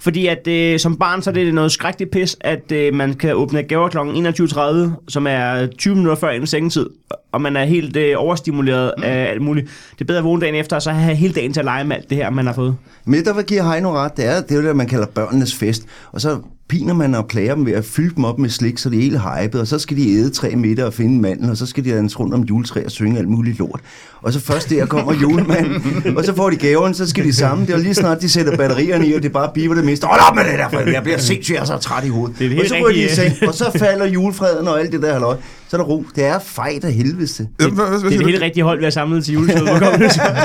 Speaker 2: Fordi at øh, som barn, så er det noget skrækkeligt pis, at øh, man kan åbne gaver kl. 21.30, som er 20 minutter før en sengetid, og man er helt øh, overstimuleret
Speaker 1: Mm.
Speaker 2: af alt muligt. Det er bedre at vågne dagen efter, og så have hele dagen til at lege med alt det her, man har fået.
Speaker 4: Men der vil give Heino ret, det er, det er jo det, man kalder børnenes fest. Og så piner man og plager dem ved at fylde dem op med slik, så de er helt hypede, og så skal de æde tre middag og finde manden, og så skal de danse rundt om juletræ og synge alt muligt lort. Og så først der kommer julemanden, og så får de gaven, så skal de sammen. Det er lige snart, de sætter batterierne i, og det bare biber det meste. Hold op med det der, for jeg bliver sindssygt, jeg er så træt i hovedet.
Speaker 2: Det er det
Speaker 4: og så
Speaker 2: helt
Speaker 4: går de i
Speaker 2: rigtige.
Speaker 4: seng, og så falder julefreden og alt det der halløj. Så er der ro. Det er fejt af helvede.
Speaker 1: Ja, hvad- hvad- hvad
Speaker 2: Det er
Speaker 1: siger
Speaker 2: det
Speaker 1: du?
Speaker 2: helt rigtige hold, vi har samlet til juletid. Hvor kommer det så-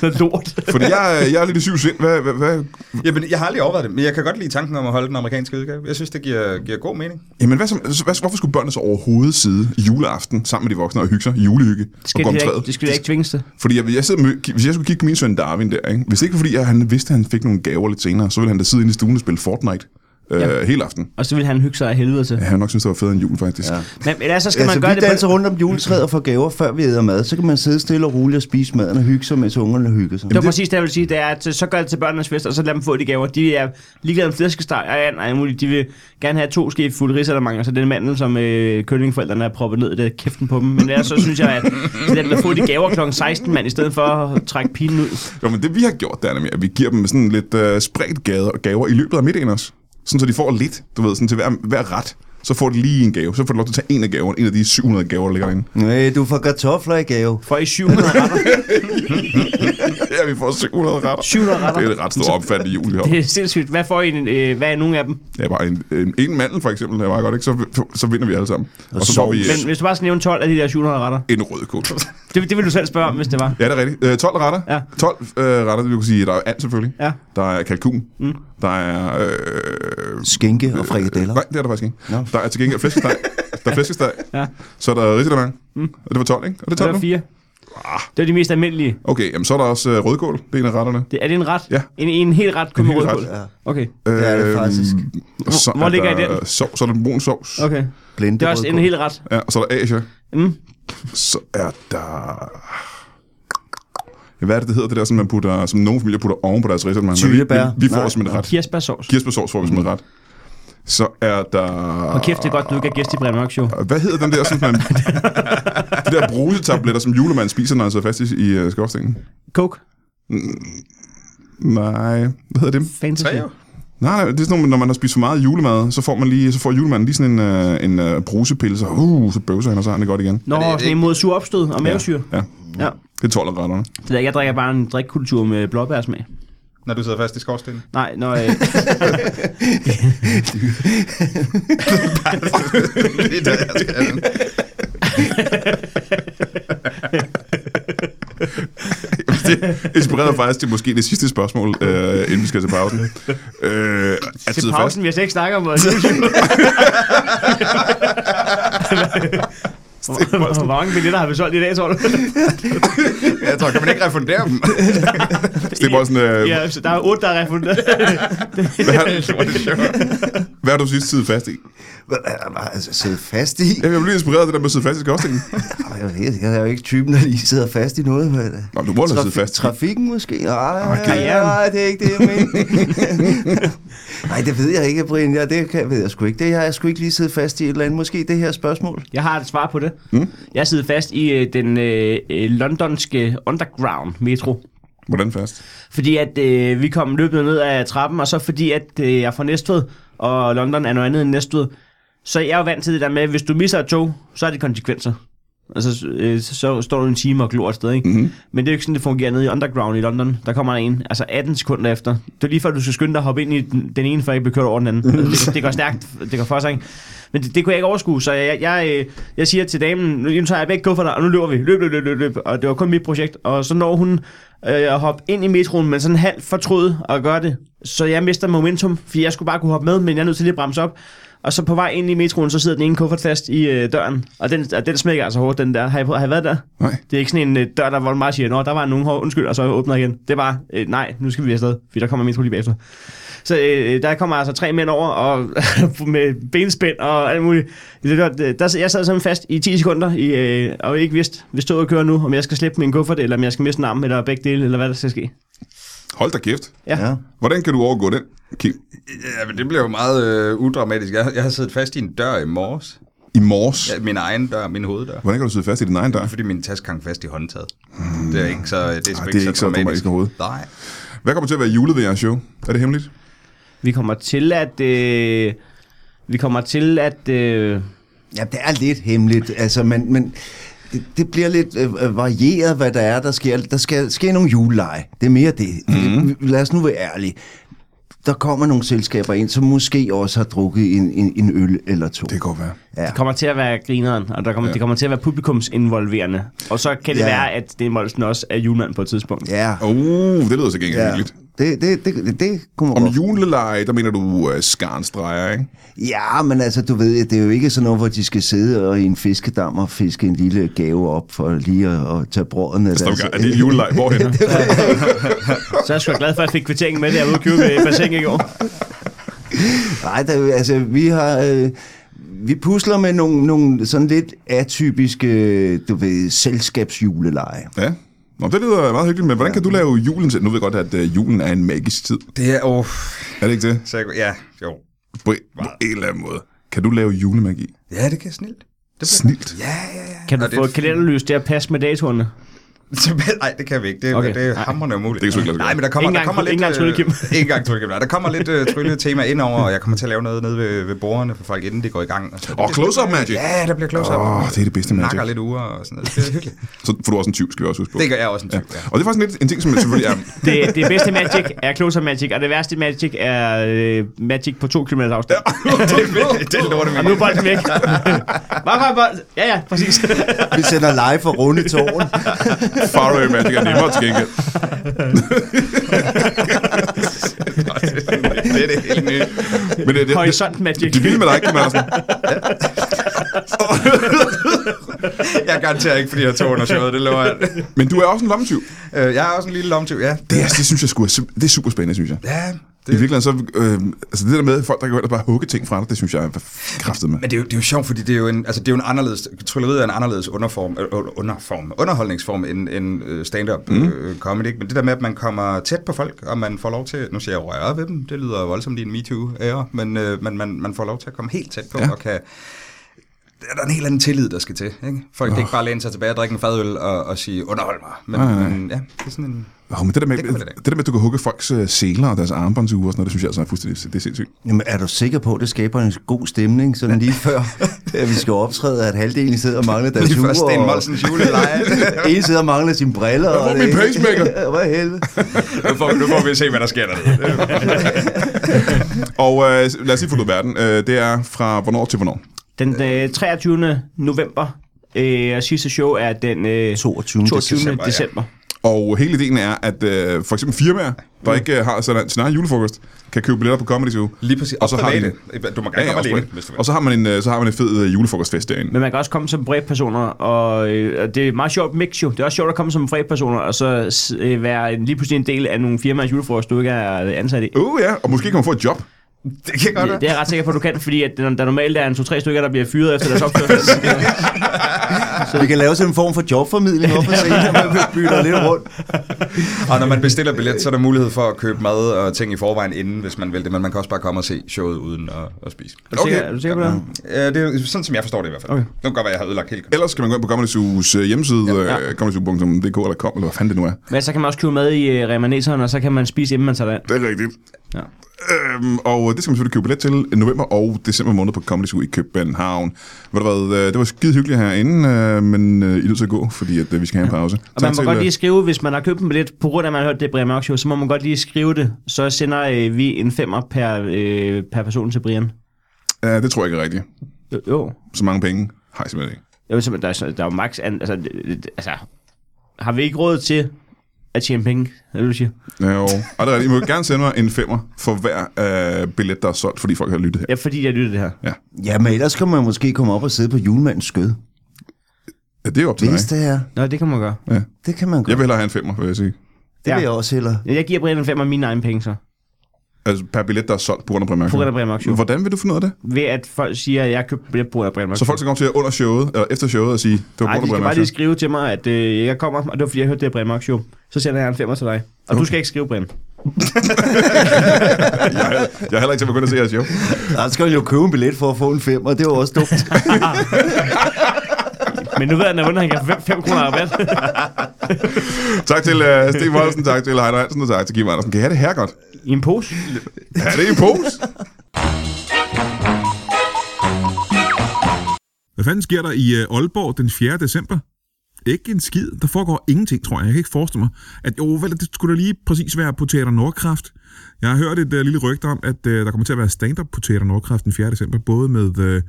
Speaker 2: så lort?
Speaker 1: Fordi jeg, øh, jeg er lidt i syv sind. Hvad, hvad, hvad?
Speaker 3: Jamen, jeg har aldrig overvejet det, men jeg kan godt lide tanken om at holde den amerikanske udgave. Jeg synes, det giver, giver god mening.
Speaker 1: Jamen, hvad som, hvad, hvorfor skulle børnene så overhovedet sidde juleaften sammen med de voksne og hygge sig, julehygge
Speaker 2: Det
Speaker 1: og gå
Speaker 2: skal, de
Speaker 1: om
Speaker 2: da ikke,
Speaker 1: træet?
Speaker 2: det skal de da ikke tvinges til.
Speaker 1: Fordi jeg, jeg sidder med, hvis jeg skulle kigge på min søn Darwin der, ikke? hvis det ikke var fordi, jeg, han vidste, at han fik nogle gaver lidt senere, så ville han da sidde inde i stuen og spille Fortnite øh,
Speaker 2: Ja.
Speaker 1: hele aften.
Speaker 2: Og så vil han hygge sig af helvede til.
Speaker 1: Ja, han nok synes, det var federe end jul, faktisk. Ja.
Speaker 2: Men ellers så skal
Speaker 4: Skal
Speaker 2: man
Speaker 4: man
Speaker 2: gøre
Speaker 4: altså, vi
Speaker 2: det på...
Speaker 4: danser rundt om juletræet og får gaver, før vi æder mad. Så kan man sidde stille og roligt og spise maden og hygge sig, mens ungerne hygger sig.
Speaker 2: Det var præcis det, jeg ville sige. Det er, at så gør det til børnenes fest, og så lad dem få de gaver. De er ligeglade med flæskesteg og and og alt muligt. De vil gerne have to skib fulde risalemang, og så den manden, som øh, køllingforældrene har proppet ned i det kæften på dem. Men ellers så synes jeg, at lad dem få de gaver kl. 16, mand, i stedet for at trække pinen ud.
Speaker 1: Jo, men det vi har gjort, der er nemlig, at vi giver dem sådan lidt øh, spredt gader, gaver i løbet af middagen også. Sådan, så de får lidt, du ved, sådan til hver, hver ret. Så får de lige en gave. Så får de lov til at tage en af gaverne, en af de 700 gaver, der ligger derinde.
Speaker 4: Nej, du får kartofler i gave.
Speaker 2: For i 700 retter.
Speaker 1: ja, vi får 700 retter.
Speaker 2: 700 retter.
Speaker 1: Det er et ret stort opfattende jul, vi har.
Speaker 2: Det er sindssygt. Hvad får I, en, øh, hvad er nogle af dem?
Speaker 1: Ja, bare en, en, en mandel, for eksempel, er meget godt, ikke? Så, så vinder vi alle sammen. Og, så får vi øh,
Speaker 2: Men hvis du bare skal nævne 12 af de der 700 retter.
Speaker 1: en rød kål.
Speaker 2: Det, det vil du selv spørge om, hvis det var.
Speaker 1: Ja, det er rigtigt. Øh, 12 retter.
Speaker 2: Ja.
Speaker 1: 12 øh, retter, det vil kunne sige, der er and selvfølgelig.
Speaker 2: Ja.
Speaker 1: Der er kalkun. Mm. Der er... Øh,
Speaker 4: Skinke og frikadeller.
Speaker 1: nej, det er der faktisk ikke.
Speaker 4: Nå.
Speaker 1: Der er til gengæld flæskesteg. der er flæskesteg.
Speaker 2: Ja.
Speaker 1: Så er der ridsalermang. Mm. Og det var 12, ikke? Og det
Speaker 2: Så
Speaker 1: er
Speaker 2: er
Speaker 1: 12
Speaker 2: der
Speaker 1: nu.
Speaker 2: fire. Det er de mest almindelige.
Speaker 1: Okay, jamen, så er der også øh, rødkål. Det er en af retterne.
Speaker 2: Det, er det en ret?
Speaker 1: Ja.
Speaker 2: En, en helt ret kun
Speaker 1: En
Speaker 2: med
Speaker 1: hel
Speaker 2: rødkål?
Speaker 1: ret,
Speaker 4: ja.
Speaker 2: Okay.
Speaker 4: Det er det
Speaker 1: Øhm,
Speaker 4: faktisk.
Speaker 1: og så
Speaker 2: Hvor
Speaker 1: er
Speaker 2: ligger I
Speaker 1: der,
Speaker 2: den?
Speaker 1: øh, Sov, så er der brun sovs.
Speaker 2: okay.
Speaker 4: Blende
Speaker 2: Det er også en helt ret.
Speaker 1: Ja, og så er der Asia.
Speaker 2: Mm.
Speaker 1: Så er der... Ja, Hvad er det, det hedder, det der, som, man putter, som nogle familier putter oven på deres ridsalermang? Men vi-
Speaker 4: Tyrebær.
Speaker 1: Vi, vi får
Speaker 4: Nej. Mm.
Speaker 1: det som en ret.
Speaker 2: Kirsebærsovs.
Speaker 1: Kirsebærsovs får vi som en ret. Så er der...
Speaker 2: Og kæft, det er godt, du ikke er gæst i Brian Mørk Show.
Speaker 1: Hvad hedder den der, sådan, man... de der brusetabletter, som julemanden spiser, når han sidder fast i, i uh, skorstenen?
Speaker 2: Coke.
Speaker 1: Nej, hvad hedder det?
Speaker 2: Fantasy.
Speaker 3: Tre år.
Speaker 1: Nej, nej, det er sådan noget, når man har spist for meget julemad, så får, man lige, så får julemanden lige sådan en, uh, en uh, brusepille, så, uh, så bøvser han, og så har han det godt igen.
Speaker 2: Nå,
Speaker 3: Men det- det-
Speaker 2: sådan en mod sur opstød og mavesyre.
Speaker 1: Ja,
Speaker 2: Ja.
Speaker 1: det er 12 af retterne.
Speaker 2: Det der, jeg drikker bare en drikkultur med blåbærsmag.
Speaker 3: Når du sidder fast i skorstenen.
Speaker 2: Nej, når... Øh,
Speaker 3: det er der, jeg skal have den.
Speaker 1: Det inspirerer faktisk til måske det sidste spørgsmål, uh, inden vi skal til pausen. Uh, at sidde
Speaker 2: til
Speaker 1: fast,
Speaker 2: pausen, vi har slet ikke snakket om vores YouTube. Hvor hvor mange billetter har vi solgt i dag, tror du?
Speaker 3: Jeg tror, kan man ikke refundere dem?
Speaker 1: det er bare sådan, uh,
Speaker 2: Ja, så der er otte, der er refunderet.
Speaker 3: Hvor er det sjovt.
Speaker 1: hvad har du sidst tid fast i?
Speaker 4: Altså, sidde fast i.
Speaker 1: Jamen, jeg blev lige inspireret af det der med at sidde fast i skorstenen.
Speaker 4: Ej, Jeg, ved, jeg er jo ikke typen, der lige sidder fast i noget. Men,
Speaker 1: Nå, du må da sidde
Speaker 4: Traf-
Speaker 1: fast.
Speaker 4: Trafikken måske?
Speaker 1: Ah,
Speaker 4: Nej,
Speaker 1: karrieren.
Speaker 4: nej, det er ikke det, jeg mener. Nej, det ved jeg ikke, Brian. Ja, det kan, ved jeg sgu ikke. Det har jeg sgu ikke lige siddet fast i et eller andet. Måske det her spørgsmål.
Speaker 2: Jeg har et svar på det. Mm. Jeg sidder fast i øh, den øh, øh, londonske underground metro.
Speaker 1: Hvordan fast?
Speaker 2: Fordi at øh, vi kom løbende ned ad trappen, og så fordi at øh, jeg er fra Næstved, og London er noget andet end Næstved, så jeg er jo vant til det der med, at hvis du misser et tog, så er det konsekvenser. og så, øh, så, så står du en time og glor et sted, ikke? Mm-hmm. Men det er jo ikke sådan, det fungerer nede i underground i London. Der kommer der en, altså 18 sekunder efter. Det er lige før, du skal skynde dig at hoppe ind i den, den ene, før jeg bliver kørt over den anden. Altså, det, det går stærkt, det går for sig, ikke? Men det, det kunne jeg ikke overskue, så jeg, jeg, øh, jeg siger til damen, nu nu tager jeg væk kufferter, og nu løber vi. Løb, løb, løb, løb, løb. Og det var kun mit projekt. Og så når hun øh, at hoppe ind i metroen, men sådan halvt fortrød at gøre det. Så jeg mister momentum, fordi jeg skulle bare kunne hoppe med, men jeg er nødt til lige at bremse op. Og så på vej ind i metroen, så sidder den ene kuffert fast i øh, døren. Og den, og den smækker altså hårdt, den der. Har I, prøvet- har I været der?
Speaker 1: Nej.
Speaker 2: Det er ikke sådan en øh, dør, der hvor man bare siger, Nå, der var nogen hår, undskyld, og så åbner jeg igen. Det er bare, øh, nej, nu skal vi afsted, fordi der kommer metro lige bagefter. Så øh, der kommer altså tre mænd over, og med benspænd og alt muligt. Det, der, der, der, jeg sad sådan fast i 10 sekunder, i, øh, og ikke vidste, hvis toget kører nu, om jeg skal slippe min kuffert, eller om jeg skal miste en arm, eller begge dele, eller hvad der skal ske.
Speaker 1: Hold da kæft.
Speaker 2: Ja.
Speaker 4: Ja.
Speaker 2: ja.
Speaker 1: Hvordan kan du overgå den, Kim?
Speaker 3: Ja, men det blev jo meget øh, udramatisk. Jeg, jeg har siddet fast i en dør i morges.
Speaker 1: I morges?
Speaker 3: Ja, min egen dør, min hoveddør.
Speaker 1: Hvordan kan du sidde fast i din egen dør?
Speaker 3: Fordi min taske hang fast i håndtaget. Det er ikke så, Hmm. Ah, det er, sgu
Speaker 1: det er ikke så dramatisk overhovedet.
Speaker 3: Nej.
Speaker 1: Hvad kommer til at være julet ved jeres show? Er det hemmeligt?
Speaker 2: Vi kommer til at... Øh, vi kommer til at... Øh,
Speaker 4: Ja, det er lidt hemmeligt, altså, men, men det, det bliver lidt øh, varieret, hvad der er, der sker. Der skal ske nogle juleleje. Det er mere det.
Speaker 1: Mhm.
Speaker 4: Mm-hmm. Lad os nu være ærlige. Der kommer nogle selskaber ind, som måske også har drukket en, en, en øl eller to.
Speaker 1: Det kan godt være.
Speaker 4: ja.
Speaker 2: kommer til at være grineren, og der kommer, ja. det kommer til at være publikumsinvolverende. Og så kan det
Speaker 4: Ja.
Speaker 2: ja. være, at Sten Molsen også er julemand på et tidspunkt.
Speaker 4: Ja,
Speaker 1: Oh, det lyder så gengæld
Speaker 4: ja.
Speaker 1: hyggeligt.
Speaker 4: Det, det, det, det, det kunne man
Speaker 1: Om
Speaker 4: godt
Speaker 1: juleleje, der mener du uh, skarnstreger, ikke?
Speaker 4: Ja, men altså, du ved, det er jo ikke sådan noget, hvor de skal sidde og i en fiskedam og fiske en lille gave op for lige at, at tage Altså, brødene.
Speaker 1: Altså, Der
Speaker 3: altså,
Speaker 1: står, er det en juleleje? Hvorhen?
Speaker 2: Så er jeg sgu da glad for, at jeg fik kvitteringen med, da jeg var ude at købe øh, bassin i går.
Speaker 4: Nej, der, er jo- altså, vi har... Øh, vi pusler med nogle, nogle sådan lidt atypiske, øh, du ved, selskabsjuleleje.
Speaker 1: Ja. Nå, det lyder meget hyggeligt, men hvordan kan du lave julen til? Nu ved jeg godt, at øh, julen er en magisk tid.
Speaker 3: Det er jo...
Speaker 1: Er det ikke det?
Speaker 3: Så jeg, ja, jo.
Speaker 1: På, på en eller anden måde. Kan du lave julemagi?
Speaker 3: Ja, det kan jeg snilt. Det bliver-
Speaker 1: Snilt.
Speaker 3: Ja, ja, ja.
Speaker 2: Kan du
Speaker 3: Og det
Speaker 2: få
Speaker 3: er
Speaker 2: et kalenderlys til at passe med datorerne?
Speaker 3: Nej, det kan vi ikke. Det, okay.
Speaker 2: Okay.
Speaker 3: det er
Speaker 2: Nej.
Speaker 3: hammerende umuligt.
Speaker 1: Det kan sgu ikke lade sig gøre.
Speaker 3: Nej, men der kommer,
Speaker 2: Ikke
Speaker 3: der
Speaker 2: engang-
Speaker 3: kommer lidt...
Speaker 2: ikke engang tryllekim.
Speaker 3: øh, Ikke engang tryllekim. Nej, der kommer lidt uh, trylletema ind over, og jeg kommer til at lave noget nede ved, ved bordene for folk, inden det går i gang. Og, så,
Speaker 1: Og close-up magic.
Speaker 3: Ja, der bliver close up.
Speaker 1: Åh, det er det bedste
Speaker 3: Nakker
Speaker 1: magic.
Speaker 3: lidt uger og sådan noget. Det er hyggeligt.
Speaker 1: Så får du også en tyv, skal vi også huske på.
Speaker 3: Det gør jeg også en tyk, ja.
Speaker 1: Og det er faktisk lidt en ting, som selvfølgelig er...
Speaker 2: Det, det bedste Magic er Closer Magic, og det værste Magic er øh, Magic på to km afstand.
Speaker 3: det er vildt. Det er lortet,
Speaker 2: Og nu er bolden væk. Bare, bare, bare. Ja, ja, præcis.
Speaker 4: Vi sender live for runde tårn.
Speaker 1: Faraway magic er nemmere til gengæld.
Speaker 3: Det er det helt
Speaker 1: Men
Speaker 3: nye.
Speaker 1: øh, det, det, det,
Speaker 2: Horizont Magic.
Speaker 1: det vilde med dig, Kim Andersen.
Speaker 3: Jeg garanterer ikke, fordi jeg tog under showet, det lover jeg.
Speaker 1: Men du er også en lommetyv.
Speaker 3: Øh, Jeg har også en lille lomtyv, ja.
Speaker 1: Det, er, det synes jeg sgu er, sim- det er super spændende, synes jeg.
Speaker 3: Ja,
Speaker 1: I virkeligheden så, øh, altså det der med, at folk der går ind og bare hugge ting fra dig, det synes jeg er kraftet med.
Speaker 3: Men det er, jo, det er jo sjovt, fordi det er jo en, altså det er jo en anderledes, trylleriet er en anderledes underform, øh, underform, underholdningsform end, end øh, stand-up mm. øh, comedy. ikke? Men det der med, at man kommer tæt på folk, og man får lov til, nu siger jeg røre ved dem, det lyder voldsomt i en MeToo-ære, men øh, man, man, man får lov til at komme helt tæt på, ja. og kan, der er der en helt anden tillid, der skal til. Ikke? Folk kan ikke bare læne sig tilbage og drikke en fadøl og, og sige, underhold mig. Men,
Speaker 1: Nej.
Speaker 3: men ja, det er sådan en...
Speaker 1: Oh, men det der, med,
Speaker 3: Det
Speaker 1: det,
Speaker 3: kan man da.
Speaker 1: det der med, at du kan hugge folks øh, seler og deres armbåndsure og sådan noget, det synes jeg altså er fuldstændig det er sindssygt.
Speaker 4: Jamen, er du sikker på, at det skaber en god stemning, sådan lige før, at vi skal optræde, at halvdelen sidder og mangler deres
Speaker 3: Lige
Speaker 4: uger?
Speaker 3: før Sten Molsens juleleje.
Speaker 4: En sidder og mangler sine briller.
Speaker 1: Hvor er
Speaker 4: og
Speaker 1: min
Speaker 4: det-
Speaker 1: pacemaker?
Speaker 4: Hvad i helvede?
Speaker 3: nu, får, nu får vi se, hvad der sker dernede.
Speaker 1: Og øh, lad os lige få ud verden. Øh, det er fra hvornår til hvornår.
Speaker 2: Den øh, 23. november, øh, og sidste show er den øh,
Speaker 4: 22.
Speaker 2: 22. december.
Speaker 3: december, ja.
Speaker 2: december.
Speaker 1: Og hele ideen er, at øh, for eksempel firmaer, der ikke øh, har sådan sin egen julefrokost, kan købe billetter på Comedy Zoo.
Speaker 3: Lige præcis.
Speaker 1: Og så har
Speaker 3: Private.
Speaker 1: de-
Speaker 3: Du må
Speaker 1: Ja,
Speaker 3: gerne
Speaker 1: ja,
Speaker 3: komme
Speaker 1: også
Speaker 3: alene,
Speaker 1: på-
Speaker 3: hvis du vil.
Speaker 1: og så har man en, øh, så har man en fed øh, julefrokostfest derinde.
Speaker 2: Men man kan også komme som privatpersoner, og, øh, og det er meget sjovt mix jo. Det er også sjovt at komme som privatpersoner, og så s- øh, være en, lige pludselig en del af nogle firmaers julefrokost, du ikke er øh, ansat i.
Speaker 1: Uh, ja, og måske kan man få et job.
Speaker 3: Det kan godt
Speaker 2: Det, det er jeg ret sikker på, at du kan, fordi at der, der normalt er en 2-3 stykker, der bliver fyret efter deres opførsel.
Speaker 4: Så vi kan lave sådan en form for jobformidling op på scenen, hvor vi bytter lidt rundt.
Speaker 3: Og når man bestiller billet, så er der mulighed for at købe mad og ting i forvejen inden, hvis man vil det. Men man kan også bare komme og se showet uden at, at spise.
Speaker 2: Er du sikker, er du sikker på det?
Speaker 3: Ja, det er jo sådan, som jeg forstår det i hvert fald. Okay. Det kan godt være, jeg har ødelagt helt
Speaker 1: Ellers kan man gå ind på Comedy Zoo's øh, hjemmeside, ja, ja. comedyzoo.dk eller kom, eller hvad fanden det nu er.
Speaker 2: Men så kan man også købe mad i øh, remaneteren, og så kan man spise, inden man tager det
Speaker 1: Det er rigtigt.
Speaker 2: Ja.
Speaker 1: Øhm, og det skal man selvfølgelig købe billet til november og december måned på Comedy Zoo i København. Ved du hvad, øh, det var skide hyggeligt herinde, øh, men øh, I er nødt til at gå, fordi at, øh, vi skal have en pause.
Speaker 2: Og man må
Speaker 1: til,
Speaker 2: godt
Speaker 1: øh,
Speaker 2: lige skrive, hvis man har købt en billet, på grund af, at man har hørt det Brian Mørk Show, så må man godt lige skrive det. Så sender øh, vi en femmer per, øh, per person til Brian.
Speaker 1: Ja, det tror jeg ikke er rigtigt.
Speaker 2: Jo. jo.
Speaker 1: Så mange penge har jeg simpelthen ikke.
Speaker 2: Jeg ved simpelthen, der er, så- der er jo max... An, altså, det- det- altså, har vi ikke råd til at tjene penge? Er det, du siger?
Speaker 1: Jo, Øh, og det er rigtigt. I må gerne sende mig en femmer for hver øh, billet, der er solgt, fordi folk har lyttet her.
Speaker 2: Ja, fordi jeg lyttede det her.
Speaker 4: Ja, men ellers kan man måske komme op og sidde på julemandens skød.
Speaker 1: Ja, det er jo op til dig.
Speaker 4: Hvis det er,
Speaker 2: Nå, det kan man gøre.
Speaker 4: det kan man godt.
Speaker 1: Jeg vil hellere have en femmer, vil jeg sige.
Speaker 4: Det vil
Speaker 2: Ja.
Speaker 4: jeg også hellere.
Speaker 2: Jeg giver Brian en fem af mine egne penge, så.
Speaker 1: Altså per billet, der er solgt på grund af Brian Mørk
Speaker 2: På grund af
Speaker 1: Show.
Speaker 2: Brian Mørk Show.
Speaker 1: Hvordan vil du finde ud af det?
Speaker 2: Ved at folk siger, at jeg har købt en billet på grund af Brian Mørk
Speaker 1: Så folk skal komme til under showet, eller efter showet og sige, det var
Speaker 2: Nej,
Speaker 1: på
Speaker 2: de
Speaker 1: grund af
Speaker 2: skal
Speaker 1: Brian
Speaker 2: bare
Speaker 1: Mørk
Speaker 2: lige
Speaker 1: Show.
Speaker 2: skrive til mig, at øh, jeg kommer, og det var fordi, jeg hørte det af Brian Mørk Show. Så sender jeg en femmer til dig. Og okay. du skal ikke skrive, Brian.
Speaker 1: Jeg er heller ikke til at begynde at se jeres show.
Speaker 4: Der skal man jo købe en billet for at få en fem, og det er jo også dumt.
Speaker 2: Men nu ved han, at han kan få 5 kroner rabat.
Speaker 1: Tak til uh, Sten Molsen, tak til Heiner Hansen og tak til Kim Andersen. Kan I have det her godt?
Speaker 2: I en pose.
Speaker 1: Er det i en pose? Hvad fanden sker der i øh, Aalborg den 4. december? Ikke en skid. Der foregår ingenting, tror jeg. Jeg kan ikke forestille mig, at jo, vel, det skulle da lige præcis være på Teater Nordkraft. Jeg har hørt et uh, lille rygte om, at uh, der kommer til at være stand-up på Teater Nordkraft den 4. december, både med, uh,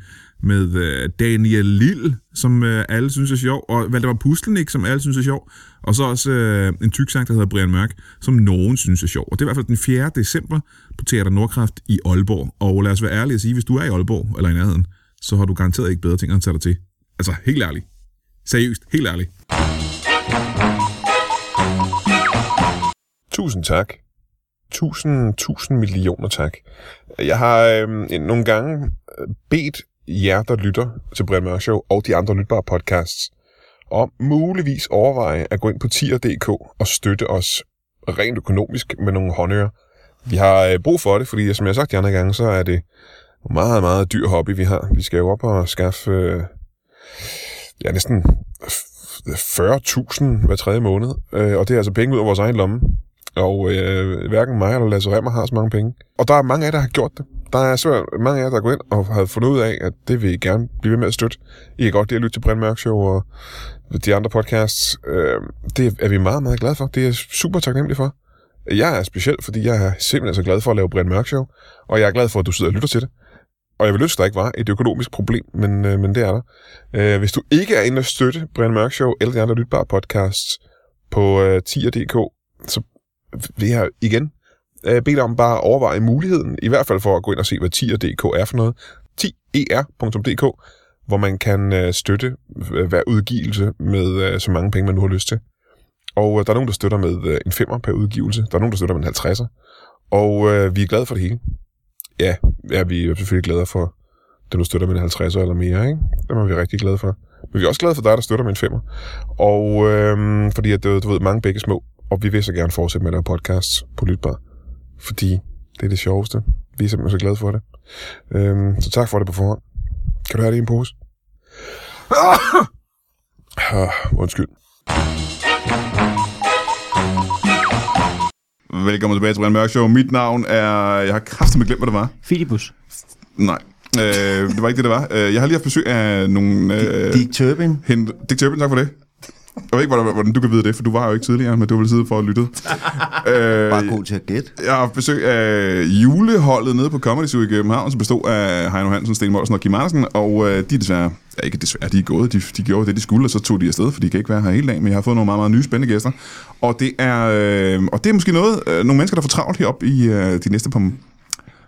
Speaker 1: med uh, Daniel Lille, som uh, alle synes er sjov, og Valdemar Puslenik, som alle synes er sjov, og så også uh, en tyk sang, der hedder Brian Mørk, som nogen synes er sjov. Og det er i hvert fald den 4. december på Teater Nordkraft i Aalborg. Og lad os være ærlige og sige, hvis du er i Aalborg eller i nærheden, så har du garanteret ikke bedre ting at tage dig til. Altså, helt ærligt. Seriøst, helt ærligt.
Speaker 5: Tusind tak. Tusind, tusind millioner tak. Jeg har øh, nogle gange øh, bedt jer, der lytter til Brian Mørk Show og de andre lytbare podcasts, om muligvis overveje at gå ind på tier.dk og støtte os rent økonomisk med nogle håndører. Vi har øh, brug for det, fordi som jeg har sagt de andre gange, så er det en meget, meget dyr hobby, vi har. Vi skal jo op og skaffe øh, ja, næsten f- 40.000 hver tredje måned, øh, og det er altså penge ud af vores egen lomme. Og øh, hverken mig eller Lasse Remmer har så mange penge. Og der er mange af jer, der har gjort det. Der er svært mange af jer, der er gået ind og har fundet ud af, at det vil I gerne blive ved med at støtte. I kan godt lide at lytte til Brian Mørk Show og de andre podcasts. Øh, det er vi meget, meget glade for. Det er jeg super taknemmelig for. Jeg er speciel, fordi jeg er simpelthen så glad for at lave Brian Mørk Show, og jeg er glad for, at du sidder og lytter til det. Og jeg vil ønske, der ikke var et økonomisk problem, men, øh, men det er der. Øh, hvis du ikke er inde og støtte Brian Mørk Show eller de andre lytbare podcasts på øh, tier.dk, så vil jeg igen øh, bede dig om bare at overveje muligheden, i hvert fald for at gå ind og se, hvad tier.dk er for noget. 10er.dk, hvor man kan øh, støtte øh, hver udgivelse med øh, så mange penge, man nu har lyst til. Og øh, der er nogen, der støtter med øh, en femmer per udgivelse. Der er nogen, der støtter med en 50'er. Og øh, vi er glade for det hele. Ja, ja, vi er selvfølgelig glade for dem, der støtter med en 50'er eller mere. Ikke? Dem er vi rigtig glade for. Men vi er også glade for dig, der støtter med en femmer. Og øhm, fordi, at, øh, du ved, mange begge små, og vi vil så gerne fortsætte med at lave podcasts på Lytbar. Fordi det er det sjoveste. Vi er simpelthen så glade for det. Øhm, så tak for det på forhånd. Kan du have det i en pose? Ah! Ah, undskyld.
Speaker 1: Velkommen tilbage til Brian Mørk Show. Mit navn er... Jeg har kraftigt glemt, hvad det var.
Speaker 2: Filibus.
Speaker 1: Nej, øh, det var ikke det, det var. Øh, Jeg har lige haft besøg af nogle... Øh,
Speaker 4: Dick Turbin.
Speaker 1: Hen... Dick Turpin, tak for det. Jeg ved ikke, hvordan- hvordan du kan vide det, for du var her jo ikke tidligere, men du vil sidde for at lytte. øh,
Speaker 4: Bare god til at gætte.
Speaker 1: jeg har haft besøg af juleholdet nede på Comedy Zoo i København, som bestod af Heino Hansen, Sten Molsen og Kim Andersen, og øh, de er desværre, ja, ikke desværre, de er gået, de, de gjorde det, de skulle, og så tog de afsted, for de kan ikke være her hele dagen, men jeg har fået nogle meget, meget nye spændende gæster, og det er, øh, og det er måske noget, øh, nogle mennesker, der får travlt heroppe i øh, de næste par,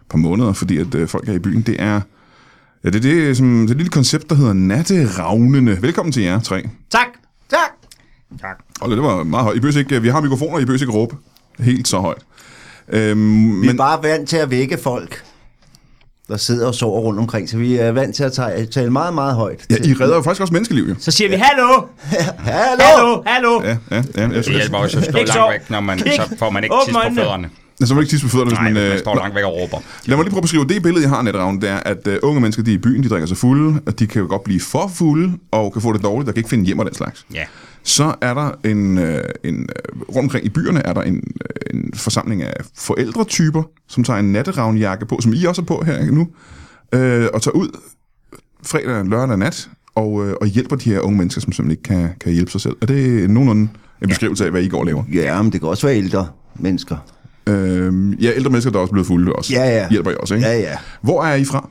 Speaker 1: par måneder, fordi at øh, folk er i byen, det er, ja, det er det, som, det er et lille koncept, der hedder Natteravnene. Velkommen til jer tre.
Speaker 2: Tak. Tak.
Speaker 1: Hold da, det var meget højt. I behøver ikke, vi har mikrofoner, I behøver ikke råbe helt så højt. Øhm,
Speaker 4: Vi
Speaker 1: men
Speaker 4: er bare vant til at vække folk, der sidder og sover rundt omkring, så vi er vant til at tage- tale meget, meget højt.
Speaker 1: Ja, I redder jo faktisk også menneskeliv, jo.
Speaker 2: Så siger vi, hallo,
Speaker 4: Hallo!
Speaker 2: hallo, hallo.
Speaker 1: Ja, ja, ja. Jeg,
Speaker 3: Det hjælper
Speaker 1: jeg,
Speaker 3: også at stå
Speaker 2: Ikke
Speaker 3: langt
Speaker 2: sov.
Speaker 3: væk, når man,
Speaker 2: Ikke.
Speaker 3: så får man ikke
Speaker 2: Åbn
Speaker 3: tis på
Speaker 2: øjnene.
Speaker 3: fødderne.
Speaker 1: jeg, så må du ikke tisse på fødderne, hvis
Speaker 3: Nej,
Speaker 1: man...
Speaker 3: man
Speaker 1: øh,
Speaker 3: står langt væk og råber.
Speaker 1: Lad mig lige prøve at beskrive det billede, jeg har af Netravn, det er, at øh, unge mennesker, de er i byen, de drikker sig fulde, og de kan jo godt blive for fulde, og kan få det dårligt, og kan ikke finde hjem og den slags.
Speaker 3: Ja.
Speaker 1: Så er der en, øh, en øh, rundt omkring i byerne er der en, øh, en forsamling af forældretyper, som tager en natteravnjakke på, som I også er på her nu, øh, og tager ud fredag og lørdag nat og, øh, og hjælper de her unge mennesker, som simpelthen ikke kan, kan hjælpe sig selv. Er det nogenlunde en beskrivelse af, hvad I går og laver?
Speaker 4: Ja, men det kan også være ældre mennesker.
Speaker 1: Øhm, ja, ældre mennesker, der er også blevet fulde også.
Speaker 4: Ja, ja.
Speaker 1: Hjælper I også, ikke?
Speaker 4: Ja, ja.
Speaker 1: Hvor er I fra?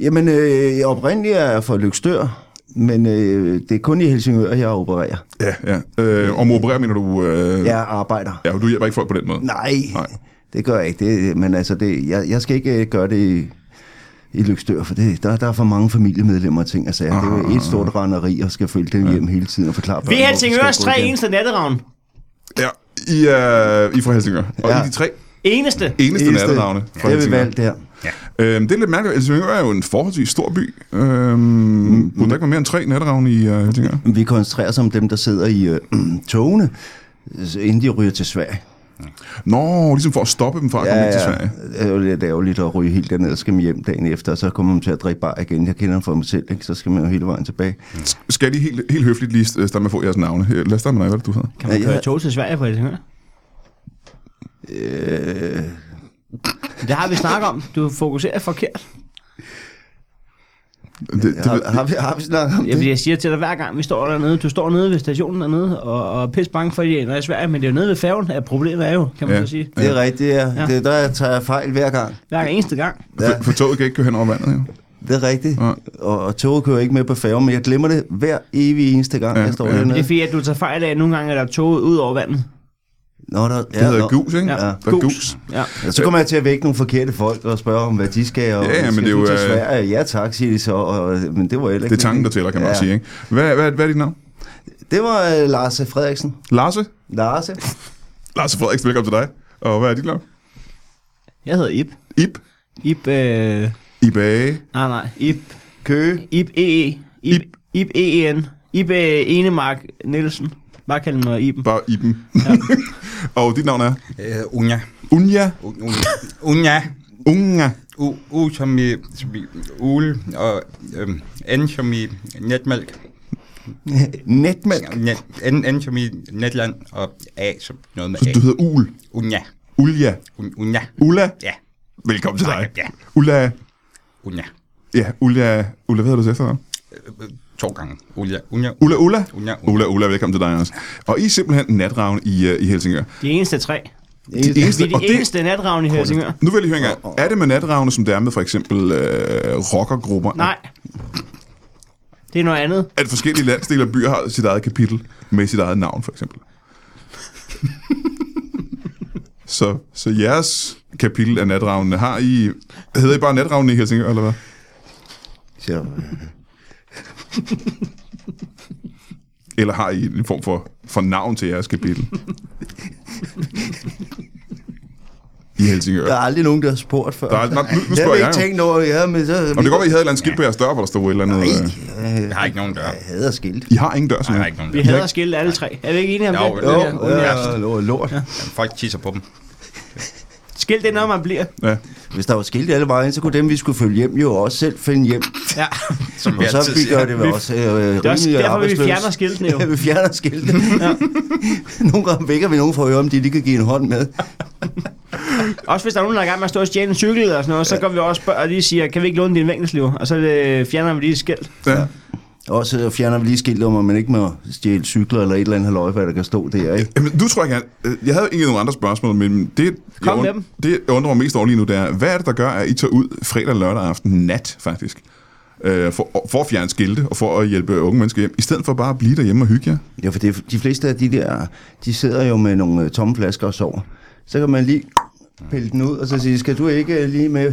Speaker 4: Jamen, øh, oprindeligt er jeg fra Lykstør, men øh, det er kun i Helsingør, jeg opererer.
Speaker 1: Ja. ja. Øh, om opererer, mener du... Øh,
Speaker 4: Jeg arbejder.
Speaker 1: ja. Du hjælper ikke folk på den måde?
Speaker 4: Nej,
Speaker 1: Nej.
Speaker 4: det gør jeg ikke. Det, men altså, det, jeg, jeg skal ikke øh, gøre det i, i Lykstør, for det, der, der er for mange familiemedlemmer og ting og sager. Det
Speaker 1: Ah.
Speaker 4: er jo et stort renderi, og skal følge dem hjem hele tiden og forklare
Speaker 2: Vi
Speaker 4: børnene,
Speaker 2: er
Speaker 4: hvorfor de skal
Speaker 2: Helsingørs
Speaker 4: gå
Speaker 2: tre
Speaker 4: igen.
Speaker 2: eneste natteravn.
Speaker 1: Ja. I er, I er fra Helsingør. Og
Speaker 4: Ja.
Speaker 1: I er de tre
Speaker 2: Eneste.
Speaker 1: eneste, eneste.
Speaker 4: Eneste.
Speaker 1: nattenavne fra
Speaker 4: Det er vi
Speaker 1: Helsingør.
Speaker 4: valgt der.
Speaker 1: Øhm, det er lidt mærkeligt. Helsingør er jo en forholdsvis stor by. Øhm, mm. Burde der ikke være mere end tre natteravne i uh, Helsingør?
Speaker 4: Vi koncentrerer os om dem, der sidder i øh, togene, øh, inden de ryger til Sverige.
Speaker 1: Nå, ligesom for at stoppe dem fra at ja, komme ind til Sverige.
Speaker 4: Det er jo lidt ærgerligt at ryge helt derned og skal hjem dagen efter, og så kommer man til at drikke bar igen. Jeg kender dem for mig selv, ikke? så skal man jo hele vejen tilbage.
Speaker 1: Skal jeg lige helt, helt høfligt lige øh, starte med at få jeres navne? Øh, Lad os starte med dig, hvad er det, du hedder.
Speaker 2: Kan man
Speaker 4: Ja,
Speaker 2: køre
Speaker 4: jeg-
Speaker 2: tog til Sverige fra Helsingør?
Speaker 4: Øh,
Speaker 2: Det har vi snakket om. Du fokuserer forkert.
Speaker 1: Det, det,
Speaker 4: har, har, vi, har vi snakket om
Speaker 2: Jamen,
Speaker 4: det?
Speaker 2: jeg siger til dig hver gang, vi står dernede. Du står nede ved stationen dernede, og, og er pisse bange for, at de ender i Sverige. Men det er jo nede ved færgen, at problemet er jo, kan man
Speaker 1: Ja.
Speaker 2: ja. så sige.
Speaker 4: Det er rigtigt, ja.
Speaker 2: Ja.
Speaker 4: ja. Det er der, jeg tager fejl hver gang.
Speaker 2: Hver eneste gang.
Speaker 1: det, for, for toget kan ikke køre hen over vandet, jo.
Speaker 4: Det er rigtigt.
Speaker 1: Ja.
Speaker 4: Og, og toget kører ikke med på færgen, men jeg glemmer det hver evig eneste gang,
Speaker 1: Ja,
Speaker 4: jeg står
Speaker 1: ja.
Speaker 4: dernede.
Speaker 2: Det er fordi, at du tager fejl af, at nogle gange er der toget ud over vandet.
Speaker 4: Nå, der, ja,
Speaker 1: Det hedder
Speaker 4: nå.
Speaker 1: gus, ikke?
Speaker 2: Ja.
Speaker 1: Der er gus.
Speaker 2: Ja.
Speaker 4: Ja, så kommer jeg til at vække nogle forkerte folk og spørge om, hvad de skal. Og
Speaker 1: Ja, ja, men
Speaker 4: skal
Speaker 1: det er
Speaker 4: du
Speaker 1: jo,
Speaker 4: til
Speaker 1: øh,
Speaker 4: Sverige? Ja, tak, siger de så. Og, men det var heller
Speaker 1: Det
Speaker 4: ikke...
Speaker 1: er tanken, der tæller, kan man ja.
Speaker 4: Ja.
Speaker 1: sige. Ikke? Hvad, hvad, hvad er dit navn?
Speaker 4: Det var øh, Lars Frederiksen.
Speaker 1: Larse?
Speaker 4: Lars.
Speaker 1: Larse Frederiksen, velkommen til dig. Og hvad er dit navn?
Speaker 2: Jeg hedder Ib.
Speaker 1: Ib.
Speaker 2: Ib, øh...
Speaker 1: Ibage.
Speaker 2: Nej, nej. Ib.
Speaker 4: Køge.
Speaker 2: Ib EE. Ib, Ib EN. Ib øh, Enemark Nielsen. Bare kald mig Iben.
Speaker 1: Bare Iben. Ja. og dit navn er?
Speaker 3: Uh, unja.
Speaker 1: Unja.
Speaker 3: Un- un- unja.
Speaker 1: Unga.
Speaker 3: U, u som i, som i ule, og øhm, N som i netmælk.
Speaker 4: Netmælk.
Speaker 3: Net, N, N som i netland, og A som noget med
Speaker 1: Så
Speaker 3: A.
Speaker 1: du hedder Ul.
Speaker 3: Unja.
Speaker 1: Ulja.
Speaker 3: Un, unja.
Speaker 1: Ulla.
Speaker 3: Ja.
Speaker 1: Velkommen til dig.
Speaker 3: ja.
Speaker 1: Ulla.
Speaker 3: Unja.
Speaker 1: Ja, Ulla. Ulla, hvad hedder du efter
Speaker 3: Øh, øh, To gange. Unja. Unja.
Speaker 1: Ulla Ulla.
Speaker 3: Ulla, Ulla.
Speaker 1: Ulla Ulla, velkommen til dig også. Og I er simpelthen natravn i, øh, i Helsingør.
Speaker 2: De eneste tre.
Speaker 1: De eneste,
Speaker 2: Vi er
Speaker 1: og
Speaker 2: de
Speaker 1: det,
Speaker 2: eneste natravne i Helsingør.
Speaker 1: nu vil jeg lige høre en gang. Er det med natravne, som det er med for eksempel øh, rockergrupper?
Speaker 2: Nej. Det er noget andet.
Speaker 1: At forskellige landsdele og byer har sit eget kapitel med sit eget navn, for eksempel. så, så jeres kapitel af natravnene, har I... Hedder I bare natravnene i Helsingør, eller hvad?
Speaker 4: Så, øh,
Speaker 1: Eller har I en form for, for navn til jeres kapitel? I Helsingør.
Speaker 4: der er aldrig nogen, der har spurgt før.
Speaker 1: Der er, nå, nu, nu
Speaker 4: jeg
Speaker 1: spørger
Speaker 4: har
Speaker 1: jeg
Speaker 4: ikke
Speaker 1: jo.
Speaker 4: tænkt over, ja, men så...
Speaker 1: Om det går, at I havde et eller andet skilt på jeres dør, hvor der stod et eller andet... øh,
Speaker 3: Jeg har ikke nogen dør.
Speaker 4: Jeg hader skilt.
Speaker 1: I har ingen dør,
Speaker 3: Jeg
Speaker 1: sådan
Speaker 3: har
Speaker 1: noget.
Speaker 3: ikke nogen
Speaker 2: Vi
Speaker 3: dør.
Speaker 2: hader at skille alle tre. Er vi ikke enige om
Speaker 3: Jo,
Speaker 2: det?
Speaker 3: jo.
Speaker 2: Ja.
Speaker 4: Jo, ja, lort, lort. Ja.
Speaker 3: Folk tisser på dem.
Speaker 2: Skil det, når man bliver.
Speaker 1: Ja.
Speaker 4: Hvis der var skilt alle vejen, så kunne dem, vi skulle følge hjem, jo også selv finde hjem.
Speaker 2: Ja.
Speaker 3: Som
Speaker 4: Og
Speaker 3: vi
Speaker 4: så
Speaker 3: altid
Speaker 4: vi gør
Speaker 3: siger.
Speaker 4: det vel også øh,
Speaker 2: Det er også
Speaker 4: rimelig
Speaker 2: derfor, vi
Speaker 4: arbejdsløs.
Speaker 2: fjerner skiltene jo.
Speaker 4: Ja, vi fjerner skiltene. Nogle gange vækker vi nogen for at høre, om de lige kan give en hånd med.
Speaker 2: Også hvis der er nogen, der er i gang med at stå og stjæle en cykel eller sådan noget, så går vi også og spørger- og lige siger, kan vi ikke låne din vinkelsliv? Og så øh, fjerner vi lige et skilt.
Speaker 1: ja.
Speaker 4: Og så fjerner vi lige skiltet om, at man ikke må stjæle cykler eller et eller andet halvøje, hvad der kan stå der, ikke?
Speaker 1: Jamen, du tror jeg gerne... øh, Jeg havde egentlig nogle andre spørgsmål, men det, jeg,
Speaker 2: Kom med
Speaker 1: und-
Speaker 2: dem.
Speaker 1: det, jeg undrer mig mest over lige nu, det er, hvad er det, der gør, at I tager ud fredag og lørdag aften nat, faktisk, øh, for, for at fjerne skilte og for at hjælpe unge mennesker hjem, i stedet for bare at blive derhjemme og hygge jer?
Speaker 4: Ja, for det, de fleste af de der, de sidder jo med nogle øh, tomme flasker og sover. Så kan man lige pille den ud og så sige, skal du ikke øh, lige med?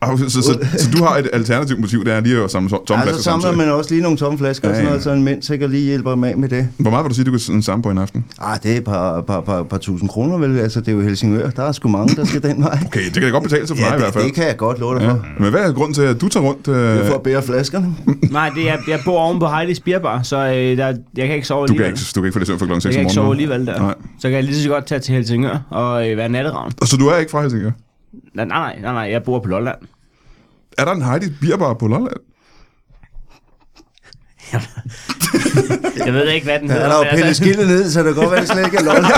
Speaker 1: Og Så, så, så, så du har et alternativt motiv, det er lige at samle so- tomme
Speaker 4: Ja, så
Speaker 1: flasker
Speaker 4: Altså samler
Speaker 1: samtidig.
Speaker 4: man også lige nogle tomme flasker og
Speaker 1: Ja, ja.
Speaker 4: sådan noget, så en mænd sikkert lige hjælper dem af med det.
Speaker 1: Hvor meget vil du sige, du kan sådan samle på en aften?
Speaker 4: Ah, det er et par, par, par, par tusind kroner, vel? Altså, det er jo Helsingør. Der er sgu mange, der skal den vej.
Speaker 1: Okay, det kan jeg godt betale sig for
Speaker 4: ja,
Speaker 1: dig i
Speaker 4: det,
Speaker 1: hvert fald.
Speaker 4: det kan jeg godt love dig for.
Speaker 1: Men hvad er grunden til, at du tager rundt? Øh,
Speaker 4: Det er for at bære flaskerne.
Speaker 2: Nej, det er, jeg bor oven på Heidi's Bierbar, så øh, der, jeg kan ikke sove
Speaker 1: du, kan
Speaker 2: alligevel.
Speaker 1: ikke, du kan ikke få det søvn for klokken 6
Speaker 2: jeg kan
Speaker 1: om
Speaker 2: ikke sove
Speaker 1: morgenen.
Speaker 2: alligevel der.
Speaker 1: Nej.
Speaker 2: Så kan jeg lige så godt tage til Helsingør og øh, være natteravn.
Speaker 1: Og Så du er ikke fra Helsingør?
Speaker 2: Nej, nej, nej, nej, nej, jeg bor på Lolland.
Speaker 1: Er der en Heidi Bierbar på Lolland?
Speaker 2: Jeg ved ikke, hvad den
Speaker 4: Ja,
Speaker 2: hedder.
Speaker 4: han har jo
Speaker 2: men
Speaker 4: pillet
Speaker 2: altså-
Speaker 4: skiltet ned, så det kan godt være, det slet ikke er Lolland.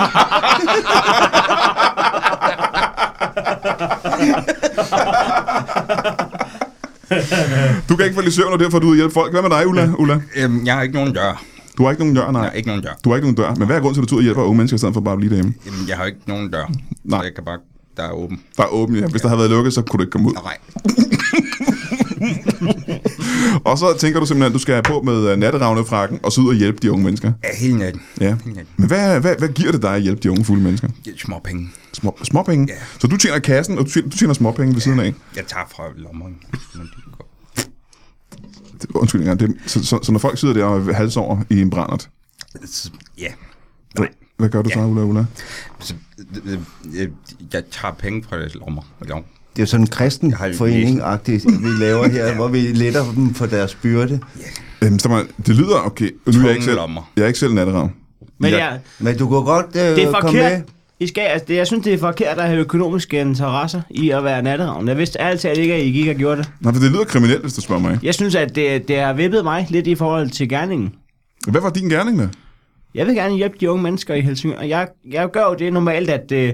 Speaker 1: Du kan ikke falde i søvn, og derfor er du ude at hjælpe folk. Hvad med dig, Ulla? Ulla?
Speaker 3: Øhm, jeg har ikke nogen dør.
Speaker 1: Du har ikke nogen dør, nej.
Speaker 3: Jeg har ikke nogen dør.
Speaker 1: Du har ikke nogen dør. Men hvad er grunden til, at du tager ud og hjælper unge mennesker, i stedet for bare at blive derhjemme?
Speaker 3: Jamen, jeg har ikke nogen dør.
Speaker 1: Nej.
Speaker 3: Så jeg kan bare... Der er åben.
Speaker 1: Der er åbent, ja. Hvis der havde været lukket, så kunne du ikke komme ud.
Speaker 3: Nej.
Speaker 1: Og så tænker du simpelthen, at du skal have på med øh, natteravnefrakken og så ud og hjælpe de unge mennesker.
Speaker 3: Ja, hele natten.
Speaker 1: Ja.
Speaker 3: Helt natten.
Speaker 1: Men hvad, hvad, hvad giver det dig at hjælpe de unge fulde mennesker?
Speaker 3: Det er små penge.
Speaker 1: Små, småpenge?
Speaker 3: Ja.
Speaker 1: Så du tjener kassen, og du tjener, du tjener småpenge ved siden af?
Speaker 3: Jeg tager fra lommeren. Men det går.
Speaker 1: Det- Undskyld, engang, det, så, så, så, når folk sidder der og hals over i en brændert,
Speaker 3: Så- Ja.
Speaker 1: hvad, hvad gør du så, Ulla Ulla?
Speaker 3: Så, øh, øh, jeg tager penge fra deres lommer. Lom.
Speaker 4: Det er jo sådan en kristen
Speaker 3: har jo
Speaker 4: forening-agtigt, vi laver her, hvor vi letter dem for deres byrde.
Speaker 1: Øhm, så man, det lyder okay. Nu er jeg, ikke selv,
Speaker 3: lommer.
Speaker 1: jeg er ikke selv natteravn.
Speaker 2: Men
Speaker 1: Ja.
Speaker 2: ja,
Speaker 4: Men du kunne godt øh,
Speaker 2: det er
Speaker 4: komme med.
Speaker 2: forkert. I skal, altså, det, jeg synes, det er forkert at have økonomiske interesser i at være natteravn. Jeg vidste altid ikke, at I gik og gjorde det.
Speaker 1: Nej, for det lyder kriminelt, hvis du spørger mig.
Speaker 2: Jeg synes, at det, det har vippet mig lidt i forhold til gerningen.
Speaker 1: Hvad var din gerning der?
Speaker 2: Jeg vil gerne hjælpe de unge mennesker i Helsingør. og Jeg, jeg gør jo det normalt, at øh,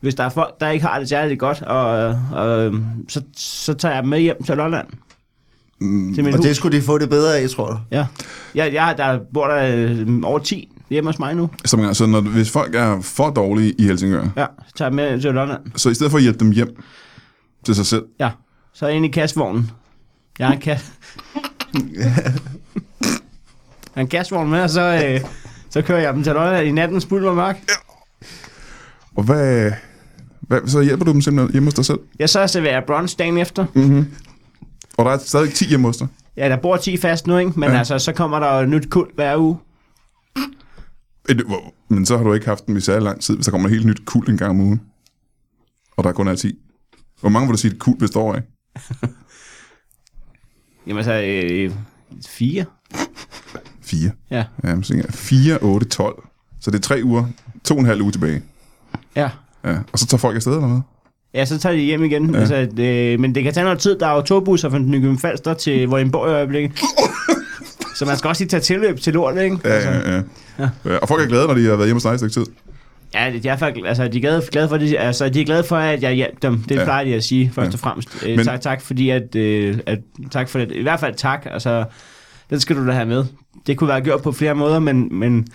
Speaker 2: hvis der er folk, der ikke har det særligt godt, og, øh, og, øh, så, så tager jeg dem med hjem til Lolland. Mm, til min
Speaker 4: Og
Speaker 2: hus.
Speaker 4: det skulle de få det bedre af, tror du.
Speaker 2: Ja. Jeg, jeg, der bor der øh, over 10 hjemme hos mig nu.
Speaker 1: Som gang, så når, hvis folk er for dårlige i Helsingør,
Speaker 2: Ja, så tager jeg dem med hjem til Lolland.
Speaker 1: så i stedet for at hjælpe dem hjem til sig selv,
Speaker 2: Ja, så ind i kassevognen. Jeg har en kasse. jeg har en kassevogn med, og så, øh, så kører jeg dem til Lolland i nattens bulver mørk.
Speaker 1: og hvad, hvad, så hjælper du dem simpelthen hjemme hos dig selv?
Speaker 2: Ja, så serverer jeg brunch dagen efter.
Speaker 1: Mm. Og der er stadig 10 hjemme hos dig.
Speaker 2: Ja, der bor 10 fast nu, ikke? Men
Speaker 1: Ja.
Speaker 2: ja. altså, så kommer der jo et nyt kul hver uge.
Speaker 1: Et- hvor- Men så har du ikke haft dem i særlig lang tid, hvis der kommer et helt nyt kul en gang om ugen. Og der kun er 10. Hvor mange vil du sige, et kul består af?
Speaker 2: Jamen altså, øh, fire.
Speaker 1: 4.
Speaker 2: Ja,
Speaker 1: Ja, men så tænker jeg, 4, 8, 12. Så det er 3 uger, to og en halv uge tilbage.
Speaker 2: ja.
Speaker 1: Ja. Og så tager folk afsted eller hvad?
Speaker 2: Ja, så tager de hjem igen. Ja. Altså, øh, men det kan tage noget tid. Der er jo togbusser fra Nykøbing Falster til Vordingborg i øjeblikket. så man skal også lige tage tilløb til lort, ikke?
Speaker 1: Ja, ja, ja. ja. Og folk er glade, når de har været hjemme hos dig et stykke tid.
Speaker 2: Ja, det- de er, faktisk, altså, de er glade, glade for det. Altså, de er glade for, at jeg hjalp dem. Det
Speaker 1: Ja.
Speaker 2: ja. plejer de at sige, først
Speaker 1: Ja.
Speaker 2: ja. og fremmest. Øh,
Speaker 1: Men-
Speaker 2: men, tak, tak, fordi at, øh, at, tak for det. I hvert fald tak. Altså, den skal du da have med. Det kunne være gjort på flere måder, men, men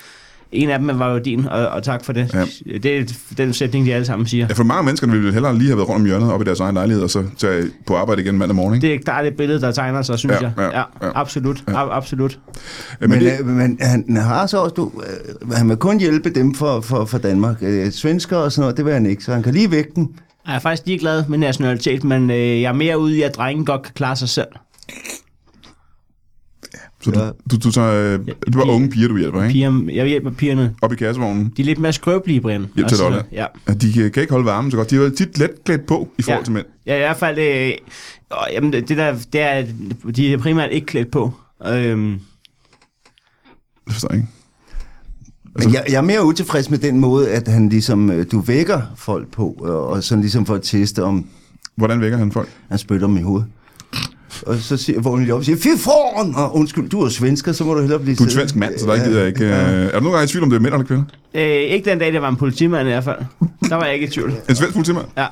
Speaker 2: en af dem var jo din, og, og tak for det.
Speaker 1: Ja.
Speaker 2: Ja. Det er den sætning, de alle sammen siger.
Speaker 1: Ja, for mange mennesker ville hellere lige have været rundt om hjørnet op i deres egen lejlighed, og så tage på arbejde igen mandag morgen. Ikke?
Speaker 2: Det er klart et billede, der tegner sig, synes
Speaker 1: Ja,
Speaker 2: jeg.
Speaker 1: ja,
Speaker 2: ja,
Speaker 1: ja.
Speaker 2: absolut. Ja. absolut.
Speaker 1: Ja, men,
Speaker 4: Men,
Speaker 1: det,
Speaker 4: øh, men han har så også, du, øh, han vil kun hjælpe dem for, for, for Danmark. Øh, svensker og sådan noget, det vil han ikke, så han kan lige vække dem.
Speaker 2: Jeg er faktisk ligeglad med nationalitet, men øh, jeg er mere ude i, at drengen godt kan klare sig selv.
Speaker 1: så
Speaker 4: ja.
Speaker 1: du, du, du tager, øh, det var
Speaker 2: de-
Speaker 1: unge piger, du hjælper, ikke?
Speaker 2: Piger, jeg hjælper pigerne.
Speaker 1: Op i kassevognen.
Speaker 2: De er lidt mere skrøbelige, Brian.
Speaker 1: Hjælp til
Speaker 2: Også,
Speaker 1: Lolland.
Speaker 2: Ja.
Speaker 1: Ja, de kan kan ikke holde varmen så godt. De er jo tit let klædt på i forhold
Speaker 2: Ja.
Speaker 1: til mænd.
Speaker 2: Ja, i hvert fald, øh, og, jamen, det det der, det er, at de er primært ikke klædt på. Øhm,
Speaker 1: Det forstår jeg ikke.
Speaker 4: Men Altså, jeg, jeg er mere utilfreds med den måde, at han ligesom, øh, du vækker folk på, øh, og sådan ligesom for at teste, om
Speaker 1: Hvordan vækker han folk?
Speaker 4: han spytter dem i hovedet. Og så siger vågner de op og siger, fy foran! Og undskyld, du er svensker, så må du hellere blive
Speaker 1: Du er en
Speaker 4: siddende."
Speaker 1: svensk mand, så der ikke, gider jeg ikke... Øh, er du nogle gange i tvivl, om det er mænd eller kvinder?
Speaker 2: øh, ikke den dag, det var en politimand i hvert fald. Der var jeg ikke i tvivl.
Speaker 1: En svensk politimand?
Speaker 2: Ja.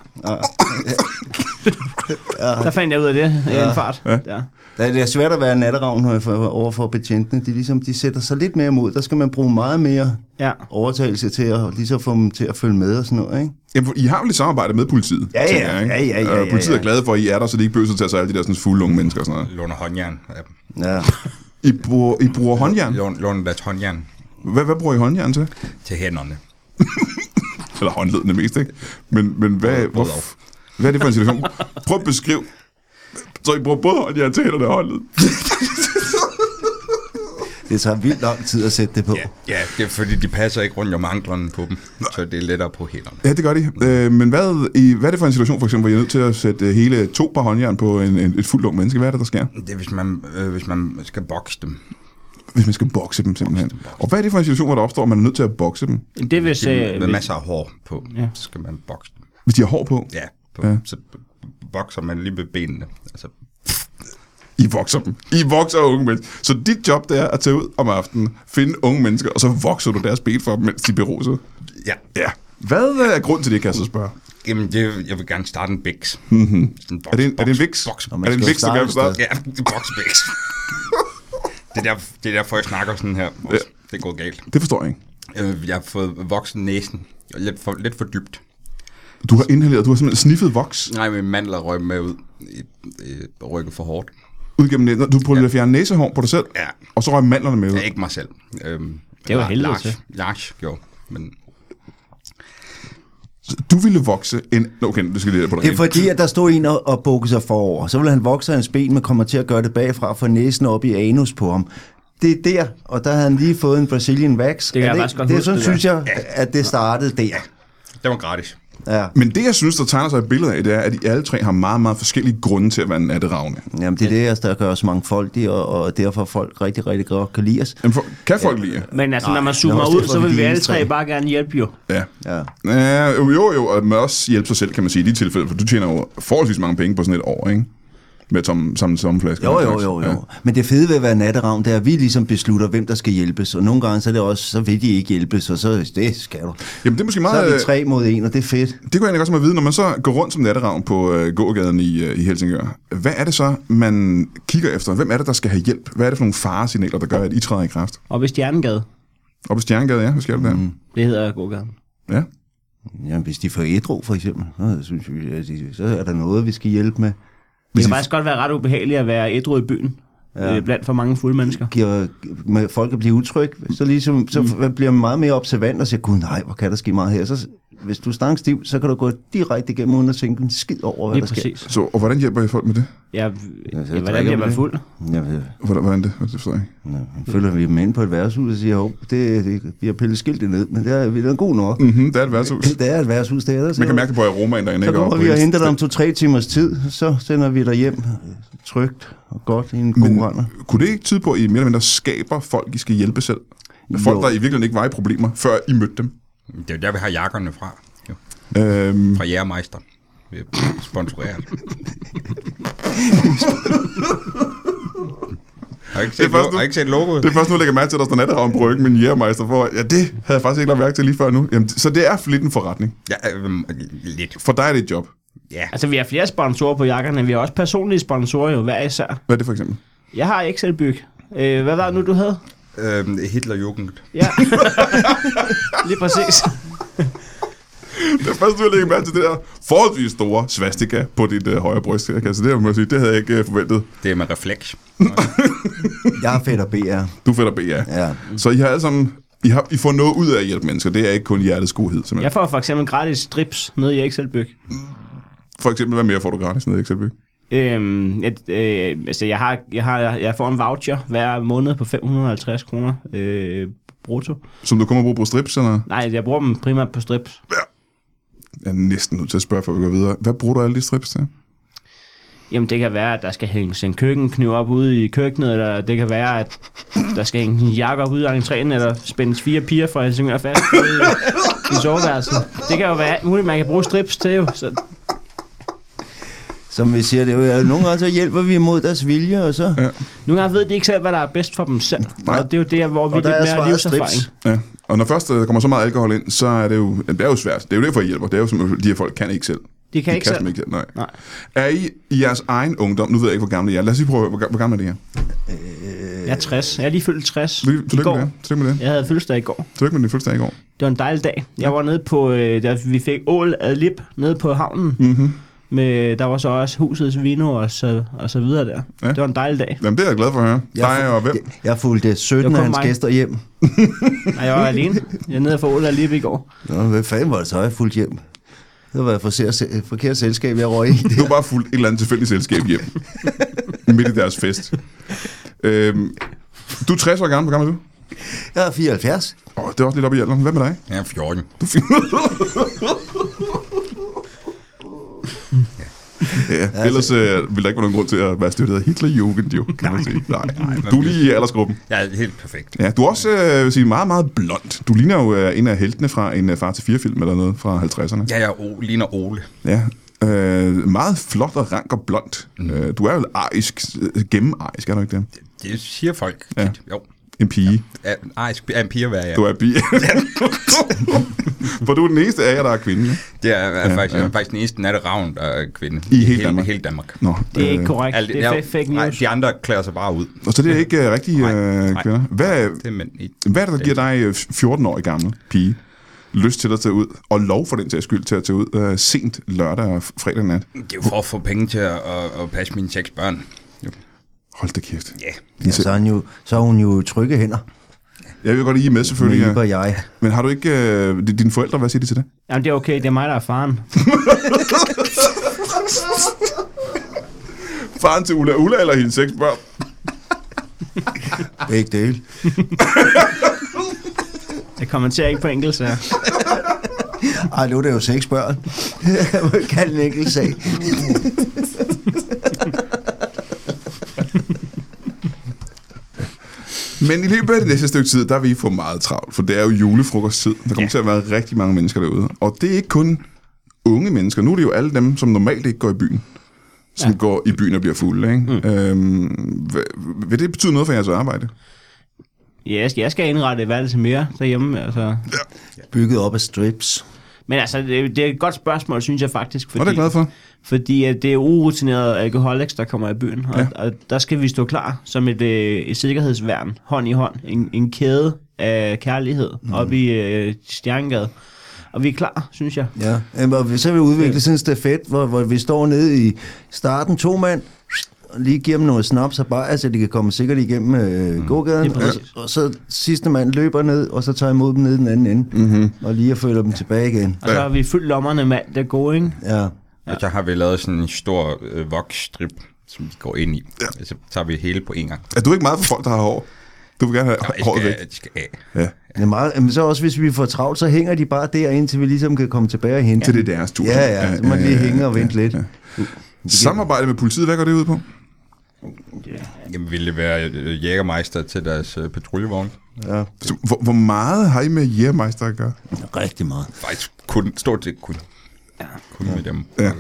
Speaker 2: Der fandt jeg ud af det i en fart. Ja.
Speaker 4: Ja, det er svært at være natteravn øh, for, over for betjentene. De, ligesom, de sætter sig lidt mere imod. Der skal man bruge meget mere
Speaker 2: ja.
Speaker 4: overtagelse til at lige så få dem til at følge med og sådan noget, ikke?
Speaker 1: Jamen, for I har vel et samarbejde med politiet?
Speaker 4: Ja, ja.
Speaker 1: tænker jeg, ikke?
Speaker 4: Ja, ja, ja,
Speaker 1: Og
Speaker 4: ja,
Speaker 1: Politiet
Speaker 4: ja.
Speaker 1: er glade for, at I er der, så de ikke behøver at tage sig af alle de der sådan, fulde unge mennesker og sådan noget.
Speaker 3: Låner håndjern af dem.
Speaker 4: Ja.
Speaker 1: I bruger, I bruger håndjern?
Speaker 3: Lån, låner deres håndjern
Speaker 1: Hvad, hvad bruger I håndjern til?
Speaker 3: til hænderne.
Speaker 1: Eller håndledende mest, ikke? Men, men hvad, hvor,
Speaker 3: og.
Speaker 1: hvad er det for en situation? Prøv at beskrive. Så I bruger både håndjern til hænderne og håndled?
Speaker 4: Det tager vildt lang tid at sætte det på.
Speaker 3: Ja, ja, det er fordi, de passer ikke rundt om anklerne på dem. Så det er lettere på hænderne.
Speaker 1: Ja, det gør de. Øh, men hvad, i, hvad er det for en situation, for eksempel, hvor I er nødt til at sætte øh, hele to par håndjern på en, en, et fuldt ung menneske? Hvad er det, der sker?
Speaker 3: Det er, hvis man, øh, hvis man skal bokse dem.
Speaker 1: Hvis man skal bokse dem simpelthen. Og hvad er det for en situation, hvor der opstår, at man er nødt til at bokse dem?
Speaker 2: Jamen, Det er hvis...
Speaker 3: Det,
Speaker 2: Øh,
Speaker 3: med
Speaker 2: hvis
Speaker 3: masser af hår på,
Speaker 2: Ja.
Speaker 3: ja. så skal man bokse dem.
Speaker 1: Hvis de har hår på?
Speaker 3: Ja, på,
Speaker 1: Ja.
Speaker 3: ja. så b- bokser man lige ved benene. Altså,
Speaker 1: I vokser dem. I vokser unge mennesker. Så dit job, det er at tage ud om aftenen, finde unge mennesker, og så vokser du deres ben for dem, mens de bliver ruset.
Speaker 3: Ja.
Speaker 1: Ja. Hvad er grund til det, kan jeg så spørge?
Speaker 3: Jamen, det, jeg vil gerne starte en biks. En boks,
Speaker 1: Er det en, er det en viks?
Speaker 3: Boks,
Speaker 1: Er
Speaker 3: boks,
Speaker 1: det en
Speaker 4: skal
Speaker 1: viks, du
Speaker 4: starte
Speaker 1: gerne
Speaker 4: et
Speaker 1: vil starte?
Speaker 4: sted.
Speaker 3: ja, en boksbiks. det, er der, det er derfor, jeg snakker sådan her. Ja. Det er gået galt.
Speaker 1: Det forstår jeg ikke.
Speaker 3: Øh, Jeg har fået voksen næsen. Lidt for, lidt for dybt.
Speaker 1: Du har inhaleret, du har simpelthen sniffet voks
Speaker 3: Nej, men mandler røg med ud. I, i, rykket for hårdt.
Speaker 1: ud gennem næsen. Du prøvede ja. at fjerne næsehår på dig selv,
Speaker 3: Ja.
Speaker 1: og så røg mandlerne med ud.
Speaker 3: Ja, ikke mig selv. Øhm,
Speaker 2: Det var
Speaker 3: La-
Speaker 2: helvede
Speaker 3: Lars,
Speaker 2: til.
Speaker 3: Lars gjorde. Men
Speaker 1: Du ville vokse en... Nå, Okay, det skal lige på dig.
Speaker 4: Det er fordi, at der stod en og, og bukkede sig forover. Så ville han vokse hans ben, men kommer til at gøre det bagfra, for næsen op i anus på ham. Det er der, og der havde han lige fået en Brazilian wax.
Speaker 2: kan
Speaker 4: Er
Speaker 2: jeg
Speaker 4: det,
Speaker 2: faktisk godt
Speaker 4: det, er
Speaker 2: huske,
Speaker 4: sådan,
Speaker 2: det der.
Speaker 4: synes jeg, at det startede der.
Speaker 3: det var gratis.
Speaker 4: Ja.
Speaker 1: Men det, jeg synes, der tegner sig et billede af, det er, at de alle tre har meget, meget forskellige grunde til at være natteravne.
Speaker 4: Jamen, det er det, altså, der gør os mangfoldige, og, og derfor folk rigtig, rigtig godt kan lide os.
Speaker 1: Jamen, for, kan folk lide jer?
Speaker 2: Men altså, når man zoomer
Speaker 4: det er også
Speaker 2: ud,
Speaker 4: derfor,
Speaker 2: så
Speaker 4: vi er
Speaker 2: vil vi
Speaker 4: de
Speaker 2: alle
Speaker 4: eneste,
Speaker 2: tre
Speaker 4: der-
Speaker 2: bare gerne hjælpe jo.
Speaker 1: Ja.
Speaker 4: Ja.
Speaker 1: ja. jo, jo, jo, og man også hjælpe sig selv, kan man sige, i de tilfælde, for du tjener jo forholdsvis mange penge på sådan et år, ikke? Med tom, samme sommerflaske.
Speaker 4: Jo, jo, jo, jo. Men det fede ved at være natteravn, det er, at vi ligesom beslutter, hvem der skal hjælpes. Og nogle gange, så er det også, så vil de ikke hjælpes, og så det skal du.
Speaker 1: Jamen, det er måske
Speaker 4: Så
Speaker 1: meget... øh,
Speaker 4: er vi tre mod en, og det er fedt.
Speaker 1: Det kunne jeg egentlig også med at vide, når man så går rundt som natteravn på øh, gågaden i, øh, i Helsingør. Hvad er det så, man kigger efter? Hvem er det, der skal have hjælp? Hvad er det for nogle faresignaler, der gør, at I træder i kraft?
Speaker 2: Og ved Stjernegade,
Speaker 1: Oppe i Stjernegade, ja. Hvad sker der? Mm.
Speaker 2: det hedder gågaden.
Speaker 1: Ja.
Speaker 4: Jamen, hvis de får ædru, for eksempel, så, synes vi, at de, så er der noget, vi skal hjælpe med.
Speaker 2: Det kan
Speaker 1: I-
Speaker 2: faktisk godt være ret ubehageligt at være ædru i byen. Ja. Blandt for mange fulde mennesker.
Speaker 4: Giver med folk at blive utrygge, så, ligesom, så
Speaker 1: Mm.
Speaker 4: f- bliver man meget mere observant og siger, gud nej, hvor kan der ske meget her. Så, s- hvis du er stangstiv, så kan du gå direkte igennem uden at tænke en skid over, hvad
Speaker 2: Lige
Speaker 4: der sker.
Speaker 2: præcis.
Speaker 1: Så, og hvordan hjælper I folk med det?
Speaker 2: Jeg,
Speaker 4: Ja,
Speaker 2: jeg,
Speaker 4: så
Speaker 2: jeg, hvordan
Speaker 4: drikker
Speaker 2: jeg
Speaker 4: vi
Speaker 2: var
Speaker 4: det.
Speaker 2: fuld.
Speaker 4: Jeg ved,
Speaker 1: Hvordan, hvordan det? Det forstår jeg ikke.
Speaker 4: Nå, følger vi dem ind på et værtshus og siger, hov, det, det, vi har pillet skiltet ned, men det er, vi er god nok.
Speaker 1: Mm-hmm, det er et værtshus.
Speaker 4: Det er et værtshus, det er der.
Speaker 1: Man
Speaker 4: siger
Speaker 1: kan mærke det på aromaen derinde.
Speaker 4: Så
Speaker 1: ikke?
Speaker 4: kommer
Speaker 1: på
Speaker 4: vi og
Speaker 1: ens-
Speaker 4: henter dig om to-tre timers tid, så sender vi dig hjem øh, trygt og godt i en god
Speaker 1: Men-
Speaker 4: render.
Speaker 1: Kunne det ikke tyde på, at I mere eller mindre skaber folk, I skal hjælpe selv? Folk,
Speaker 4: Jo.
Speaker 1: der i virkeligheden ikke var i problemer, før I mødte dem.
Speaker 3: Det er jo der, vi har jakkerne fra. Jo.
Speaker 1: Øhm,
Speaker 3: Fra Jægermeister. Vi sponsorerer. har I ikke set,
Speaker 1: først
Speaker 3: lo-
Speaker 1: nu-
Speaker 3: har I ikke set logoet?
Speaker 1: det er først nu, jeg lægger mærke til, at der står natteravn på ryggen med en jægermeister for. Ja, det havde jeg faktisk ikke lagt mærke til lige før nu. Jamen, så det er lidt en forretning.
Speaker 3: Ja, øhm, lidt.
Speaker 1: For dig er det et job.
Speaker 3: Ja.
Speaker 2: Altså, vi har flere sponsorer på jakkerne. Vi har også personlige sponsorer jo hver især.
Speaker 1: Hvad er det for eksempel?
Speaker 2: Jeg har Excel-byg. Øh, hvad var det nu, du havde?
Speaker 3: Øhm, Hitlerjugend.
Speaker 2: Ja. Lige præcis.
Speaker 1: Det er først nu, jeg lægger mærke til det der forholdsvis store svastika på dit øh, højre bryst. her, Kasper. det, må jeg sige, det havde jeg ikke øh, forventet.
Speaker 3: Det er med refleks.
Speaker 4: Jeg er fedt og BR.
Speaker 1: Du fætter BA.
Speaker 4: Ja.
Speaker 1: Så I har alle sammen... I, har, I får noget ud af at hjælpe mennesker. Det er ikke kun hjertets godhed, simpelthen.
Speaker 2: Jeg får for eksempel gratis strips nede i Excel-byg.
Speaker 1: For eksempel, hvad mere får du gratis nede i Excelby?
Speaker 2: Øhm, et, øh, altså, jeg, har, jeg, har, jeg får en voucher hver måned på 550 kroner øh, brutto.
Speaker 1: Som du kommer at bruge på strips, eller?
Speaker 2: Nej, jeg bruger dem primært på strips.
Speaker 1: Jeg er næsten nødt til at spørge, for vi går videre. Hvad bruger du alle de strips til?
Speaker 2: Jamen, det kan være, at der skal hænges en køkkenkniv op ude i køkkenet, eller det kan være, at der skal hænges en jakke op ude i entréen, eller spændes fire piger fra Helsingør fast ude i, i soveværelset. Det kan jo være alt muligt, man kan bruge strips til jo. Så
Speaker 4: Som vi siger, det er jo nogle gange, så hjælper vi mod deres vilje, og så... Ja.
Speaker 2: nogle gange ved de ikke selv, hvad der er bedst for dem selv.
Speaker 1: Nej.
Speaker 2: Og det er jo der, hvor vi
Speaker 4: Og
Speaker 2: er
Speaker 4: der er
Speaker 2: lidt mere
Speaker 4: svaret
Speaker 2: livserfaring.
Speaker 4: strips.
Speaker 1: Ja. Og når først øh, der kommer så meget alkohol ind, så er det jo, det er jo svært. Det er jo derfor, I hjælper. Det er jo som, de her folk kan ikke selv.
Speaker 2: De kan
Speaker 1: de
Speaker 2: ikke
Speaker 1: kan
Speaker 2: selv.
Speaker 1: simpelthen Ikke selv. Nej.
Speaker 2: Nej.
Speaker 1: Er I i jeres egen ungdom? Nu ved jeg ikke, hvor gamle I er. Lad os lige prøve, hvor, ga- hvor gamle er det her?
Speaker 2: Jeg er 60. Jeg er lige fyldt 60 i
Speaker 1: Tillykke
Speaker 2: går.
Speaker 1: med det. Tillykke med det.
Speaker 2: Jeg havde fødselsdag i går.
Speaker 1: Tillykke med din fødselsdag i går.
Speaker 2: Det var en dejlig dag. Jeg var nede på, øh, der, vi fik ål ad lip nede på havnen.
Speaker 1: Mhm.
Speaker 2: Med, der var så også husets vino og så, og så videre der.
Speaker 1: Ja.
Speaker 2: Ja. Det var en dejlig dag.
Speaker 1: Jamen, det er jeg glad for at høre.
Speaker 4: Jeg
Speaker 1: Dig og hvem?
Speaker 4: Jeg, jeg fulgte 17
Speaker 2: Det
Speaker 4: af
Speaker 2: var kun
Speaker 4: hans
Speaker 2: mig.
Speaker 4: gæster hjem.
Speaker 2: Nej, jeg var alene. Jeg er nede for ål ad lip i går.
Speaker 4: Nå, hvad fanden var det så, jeg fulgte hjem? Det var et forkert, forkert selskab, jeg røg i.
Speaker 1: Du har bare fulgt et eller andet tilfældigt selskab hjem. midt i deres fest. Øhm, du er 60 år gammel. Hvor gammel er du?
Speaker 4: Jeg er 74.
Speaker 1: Åh, det er også lidt op i alderen. Hvad med dig?
Speaker 3: Jeg er 14.
Speaker 1: Ja, ellers øh, ville der ikke være nogen grund til at være støttet af Hitlerjugend, jo, kan man sige. Nej,
Speaker 3: hvad
Speaker 1: du er lige i aldersgruppen.
Speaker 3: Jeg er helt perfekt.
Speaker 1: Ja, du er også øh, vil sige, meget, meget blond. Du ligner jo øh, en af heltene fra en øh, Far til 4-film eller noget fra 50'erne.
Speaker 3: Ja, jeg er o- ligner Ole.
Speaker 1: Ja. Øh, meget flot og rank og blond. Mm. Øh, du er jo arisk, øh, gennemarisk, er du ikke det?
Speaker 3: Det siger folk.
Speaker 1: Ja.
Speaker 3: Ja. Jo.
Speaker 1: En pige.
Speaker 3: Ja, Ej, sp- ja, en pige at være, ja.
Speaker 1: Du er pige. For du er den eneste af jer, der er kvinde. ja?
Speaker 3: Det er, er, faktisk, er faktisk den eneste natteravn, der er kvinde.
Speaker 1: I hele
Speaker 3: hele
Speaker 1: Danmark.
Speaker 3: Hele Danmark.
Speaker 1: Nå, øh,
Speaker 2: Det er ikke korrekt.
Speaker 1: altså,
Speaker 3: Alt-
Speaker 2: det er
Speaker 3: ja,
Speaker 2: fa- fake
Speaker 3: Nej,
Speaker 2: news.
Speaker 3: de andre klæder sig bare ud.
Speaker 1: Og så det er ikke uh, rigtige
Speaker 3: Nej,
Speaker 1: uh,
Speaker 3: nej.
Speaker 1: kvinder. Hvad,
Speaker 3: Det er mænd i.
Speaker 1: hvad er det, der giver dig, øh, 14-årig gammel pige, lyst til at tage ud, og lov for den sags skyld til at tage ud uh, sent lørdag og f- fredag nat?
Speaker 3: Det er jo for at få penge til at, at, at passe mine seks børn.
Speaker 1: Hold da kæft.
Speaker 3: Ja.
Speaker 4: Ja, altså- så, er han jo, så har hun jo trygge hænder,
Speaker 1: Jeg vil godt, I er med selvfølgelig.
Speaker 4: med Ibe
Speaker 1: Ja.
Speaker 4: og jeg.
Speaker 1: Men har du ikke... Uh, dine forældre, hvad siger de til det?
Speaker 2: Jamen, det er okay. Det er mig, der er faren.
Speaker 1: Faren til Ulla Ulla eller hendes seks børn?
Speaker 4: Begge dele.
Speaker 2: Jeg kommenterer ikke på enkeltsager.
Speaker 4: Ej, nu er det jo seks børn. Jeg må ikke kalde en enkelt sag.
Speaker 1: Men i løbet af det næste stykke tid, der vil I få meget travlt, for det er jo julefrokosttid. Der kommer ja. til at være rigtig mange mennesker derude. Og det er ikke kun unge mennesker. Nu er det jo alle dem, som normalt ikke går i byen, som ja. går i byen og bliver fulde. Ikke? Mm. Øhm, hva- vil det betyde noget for jeres arbejde?
Speaker 2: Ja, jeg skal, jeg skal indrette et værelse mere derhjemme. Altså.
Speaker 4: Bygget op af strips.
Speaker 2: Men altså, det, det er et godt spørgsmål, synes jeg faktisk.
Speaker 1: Fordi... Og det er jeg glad for.
Speaker 2: Fordi at det er urutinerede alkoholiks, der kommer i byen, og,
Speaker 1: Ja.
Speaker 2: ja. og der skal vi stå klar som et, øh, et sikkerhedsværn, hånd i hånd, en, en kæde af kærlighed mm. oppe i øh, Stjernegade. Og vi er klar, synes jeg.
Speaker 4: Ja. Jamen, og vi- så vil vi udvikle sådan en stafet, hvor, hvor vi står nede i starten, to mand, og lige giver dem noget snaps og bare, så de kan komme sikkert igennem øh, gågaden.
Speaker 2: Det er
Speaker 4: Og,
Speaker 2: præcis.
Speaker 4: og, så sidste mand løber ned, og så tager imod dem ned den anden ende, mm-hmm. og lige følger dem tilbage igen.
Speaker 2: Og så har vi fyldt lommerne med alt det gode, ikke?
Speaker 4: Ja.
Speaker 3: Og så har vi lavet sådan en stor øh, voksstrip, som de går ind i. Ja. Så tager vi hele på en gang.
Speaker 1: Er du ikke meget for folk, der har hår? Du vil gerne have
Speaker 3: Jeg
Speaker 1: håret væk.
Speaker 3: skal, jeg skal af.
Speaker 1: Ja.
Speaker 4: Det er meget, jamen, så også hvis vi får travlt, så hænger de bare der, indtil vi ligesom kan komme tilbage og hente
Speaker 1: Til det er deres tur.
Speaker 4: Ja, ja, så må man lige hænge og vente lidt. Mm.
Speaker 1: Samarbejde med politiet, hvad går det ud på?
Speaker 3: Jamen, ville det være øh, jægermeister til deres øh, patruljevogn?
Speaker 4: Ja,
Speaker 1: Så Altså, Hvor, hvor meget har I med Jægermeister at gøre?
Speaker 4: rigtig meget.
Speaker 3: Faktisk kun, stort set kun. Ja. Kun med dem.
Speaker 1: Ja.
Speaker 3: Ja.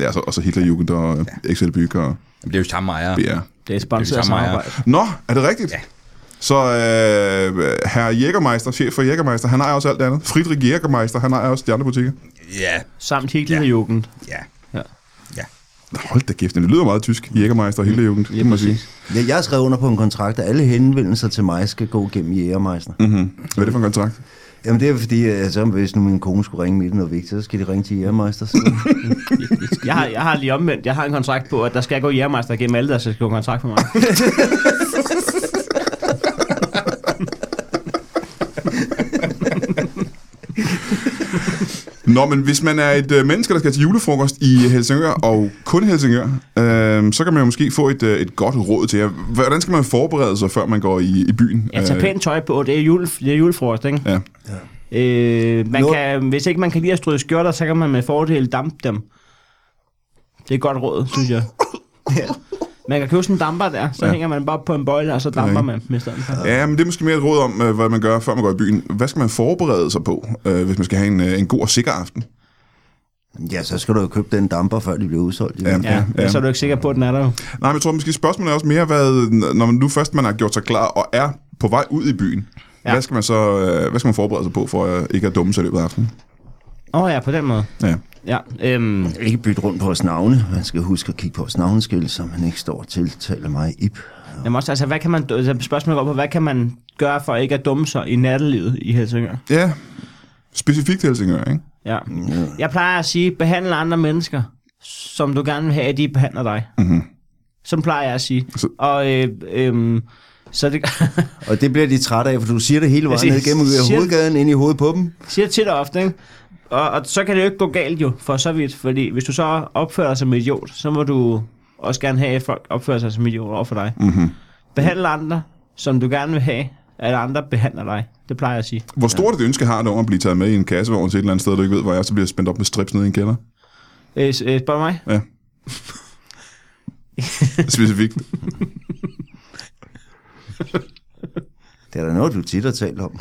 Speaker 1: Ja, så, og så Hitlerjugend og ja. XL Byg og
Speaker 3: Jamen, det er jo samme ejer.
Speaker 1: BR.
Speaker 2: Det er sponsoreret
Speaker 3: samme ejer.
Speaker 2: samarbejde.
Speaker 1: Nå, er det rigtigt? Ja. Så øh, herr Jægermeister, chef for Jægermeister, han ejer også alt det andet. Friedrich Jægermeister, han ejer også de andre butikker.
Speaker 3: Ja,
Speaker 2: Samt Hitlerjugend.
Speaker 3: ja.
Speaker 2: Ja.
Speaker 3: Ja.
Speaker 1: Hold da kæft, det lyder meget tysk. Jægermeister og Hitlerjugend, det må man sige.
Speaker 4: Ja, jeg skrev under på en kontrakt, at alle henvendelser til mig skal gå gennem Jægermeister. Mm.
Speaker 1: Hvad er det for en kontrakt?
Speaker 4: Jamen det er fordi, øh, så hvis nu min kone skulle ringe midt i noget vigtigt, så skal de ringe til Jægermeister. Så.
Speaker 2: Jeg har, jeg har lige omvendt. Jeg har en kontrakt på, at der skal gå jægermeister gennem alle, der skal gå kontrakt for mig.
Speaker 1: Nå, men hvis man er et øh, menneske, der skal til julefrokost i Helsingør, og kun Helsingør, øh, så kan man jo måske få et, øh, et godt råd til jer. Hvordan skal man forberede sig, før man går i, i byen?
Speaker 2: Jeg tager
Speaker 1: Øh,
Speaker 2: pænt tøj på. Det er, jule, det er julefrokost, ikke?
Speaker 1: Ja.
Speaker 2: Øh, man
Speaker 4: Nå.
Speaker 2: kan, hvis ikke man kan lide at stryge skjorter, så kan man med fordel dampe dem. Det er et godt råd, synes jeg. Man kan købe sådan en damper der, så
Speaker 1: Ja.
Speaker 2: ja. hænger man bare på en bøjle, og så damper man med stedet for.
Speaker 1: Ja, men det er måske mere et råd om, øh, hvad man gør, før man går i byen. Hvad skal man forberede sig på, øh, hvis man skal have en, øh, en god og sikker aften?
Speaker 4: Ja, så skal du jo købe den damper, før de bliver udsolgt.
Speaker 1: Ja.
Speaker 4: Ja.
Speaker 2: Ja,
Speaker 1: Ja.
Speaker 2: ja, så er du ikke sikker på, at den er der jo.
Speaker 1: Nej, men jeg tror måske spørgsmålet er også mere, hvad, når man nu først man har gjort sig klar og er på vej ud i byen, ja.
Speaker 2: Ja.
Speaker 1: hvad skal man så øh, hvad skal man forberede sig på, for øh, ikke at dumme sig i løbet af aftenen?
Speaker 2: Åh oh, ja, på den måde.
Speaker 1: Ja.
Speaker 2: Ja, øhm,
Speaker 4: Ikke bytte rundt på vores navne. Man skal huske at kigge på vores navneskilt, så man ikke står og tiltaler mig Ip.
Speaker 2: jamen også, altså, hvad kan man, altså, spørgsmålet går på, hvad kan man gøre for ikke at dumme sig i nattelivet i Helsingør?
Speaker 1: ja. Specifikt Helsingør, ikke?
Speaker 2: Ja. Jeg plejer at sige, behandle andre mennesker, som du gerne vil have, at de behandler dig. Mm-hmm. Sådan plejer jeg at sige.
Speaker 1: Så-
Speaker 2: Og øh, øh, så det,
Speaker 4: Og det bliver de trætte af, for du siger det hele vejen
Speaker 2: siger-
Speaker 4: ned gennem
Speaker 2: siger-
Speaker 4: hovedgaden ind i hovedet på dem.
Speaker 2: siger jeg tit og ofte, ikke? Og, og så kan det jo ikke gå galt jo, for så vidt. Fordi hvis du så opfører dig som en idiot, så må du også gerne have, at folk opfører sig som idioter over for dig. Mm-hmm. Behandle andre, som du gerne vil have, at andre behandler dig. Det plejer jeg at sige.
Speaker 1: Hvor stort et ønske har du om at blive taget med i en kassevogn til et eller andet sted, du ikke ved, hvor jeg er, så bliver jeg spændt op med strips nede i en kælder?
Speaker 2: Øh, s- øh, spørg mig.
Speaker 1: Ja. Specifikt.
Speaker 4: Det er da noget, du tit har talt om.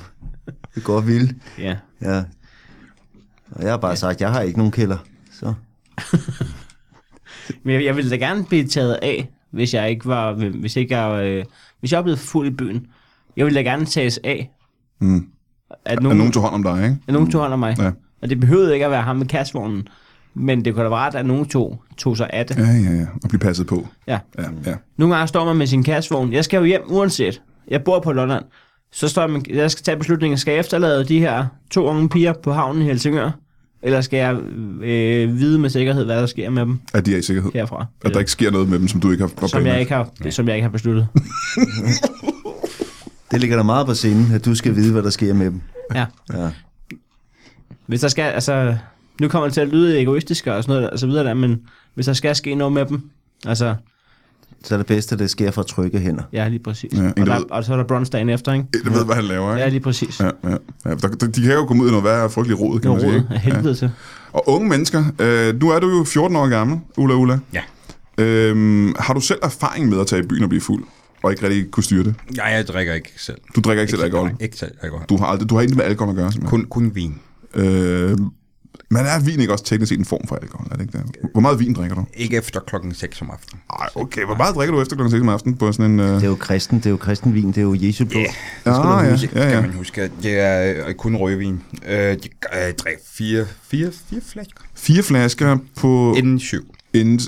Speaker 4: Det går vildt.
Speaker 2: Ja.
Speaker 4: Ja. Og jeg har bare sagt, at jeg har ikke nogen kælder. Så.
Speaker 2: Men jeg, jeg ville da gerne blive taget af, hvis jeg ikke var, hvis ikke jeg, øh, hvis jeg var blevet fuld i byen. Jeg ville da gerne tages af.
Speaker 1: Mm.
Speaker 2: At
Speaker 1: At
Speaker 2: nogen,
Speaker 1: nogen tog hånd om dig, ikke?
Speaker 2: at nogen tog hånd om mig.
Speaker 1: Ja.
Speaker 2: Og det behøvede ikke at være ham med kastvognen. Men det kunne da være rart, at nogen to tog sig af det.
Speaker 1: Ja, ja, ja. Og blive passet på.
Speaker 2: Ja.
Speaker 1: Ja, ja.
Speaker 2: Nogle gange står man med sin kassevogn. Jeg skal jo hjem uanset. Jeg bor på London. Så står man, jeg skal tage beslutningen, skal jeg efterlade de her to unge piger på havnen i Helsingør? Eller skal jeg øh, vide med sikkerhed, hvad der sker med dem
Speaker 1: At de er i sikkerhed. Ja.
Speaker 2: herfra?
Speaker 1: At der ikke sker noget med dem, som du ikke har var
Speaker 2: som, jeg
Speaker 1: planlagt.
Speaker 2: ikke har, som jeg ikke har besluttet.
Speaker 4: Det ligger der meget på scenen, at du skal vide, hvad der sker med dem.
Speaker 2: Ja.
Speaker 4: Ja.
Speaker 2: Hvis der skal, altså, nu kommer det til at lyde egoistisk og sådan noget, og så videre der, men hvis der skal ske noget med dem, altså,
Speaker 4: Så er det bedste, at det sker fra trygge hænder.
Speaker 2: ja, lige præcis.
Speaker 1: Ja,
Speaker 2: Ja,
Speaker 1: ingen
Speaker 2: og, der,
Speaker 1: ved.
Speaker 2: og så er der brunch dagen efter, ikke?
Speaker 1: Jeg ved, hvad han laver, ikke?
Speaker 2: Ja, lige præcis. Ja,
Speaker 1: Ja, ja. ja der, der, de kan jo komme ud i noget værre frygtelig rod, kan man sige.
Speaker 2: råd
Speaker 1: Ikke?
Speaker 2: af helvede til.
Speaker 1: Og unge mennesker, øh, nu er du jo 14 år gammel, Ulla Ulla.
Speaker 3: Ja.
Speaker 1: Øhm, har du selv erfaring med at tage i byen og blive fuld, og ikke rigtig kunne styre det?
Speaker 3: Nej, jeg drikker ikke selv.
Speaker 1: Du drikker ikke selv alkohol?
Speaker 3: Nej, ikke selv alkohol.
Speaker 1: Du har, aldrig, du har intet med alkohol at gøre, simpelthen?
Speaker 3: Kun, kun vin.
Speaker 1: Øh, men er vin ikke også teknisk set en form for alkohol? Er det ikke det? Hvor meget vin drikker du?
Speaker 3: Ikke efter klokken 6 om aftenen.
Speaker 1: Ej, okay. Hvor meget drikker du efter kl. 6 om aftenen på sådan en... Øh...
Speaker 4: Det er jo kristen, det er jo kristenvin, det er jo Jesu blod.
Speaker 3: Ja.
Speaker 1: Ah, ja,
Speaker 4: Altså,
Speaker 3: Husk,
Speaker 1: ja,
Speaker 3: Skal
Speaker 1: ja.
Speaker 3: man huske, at det er øh, kun rødvin. Øh, de, øh, drikker fire, fire, fire flasker.
Speaker 1: Fire flasker på... En...
Speaker 3: Inden syv.
Speaker 1: En...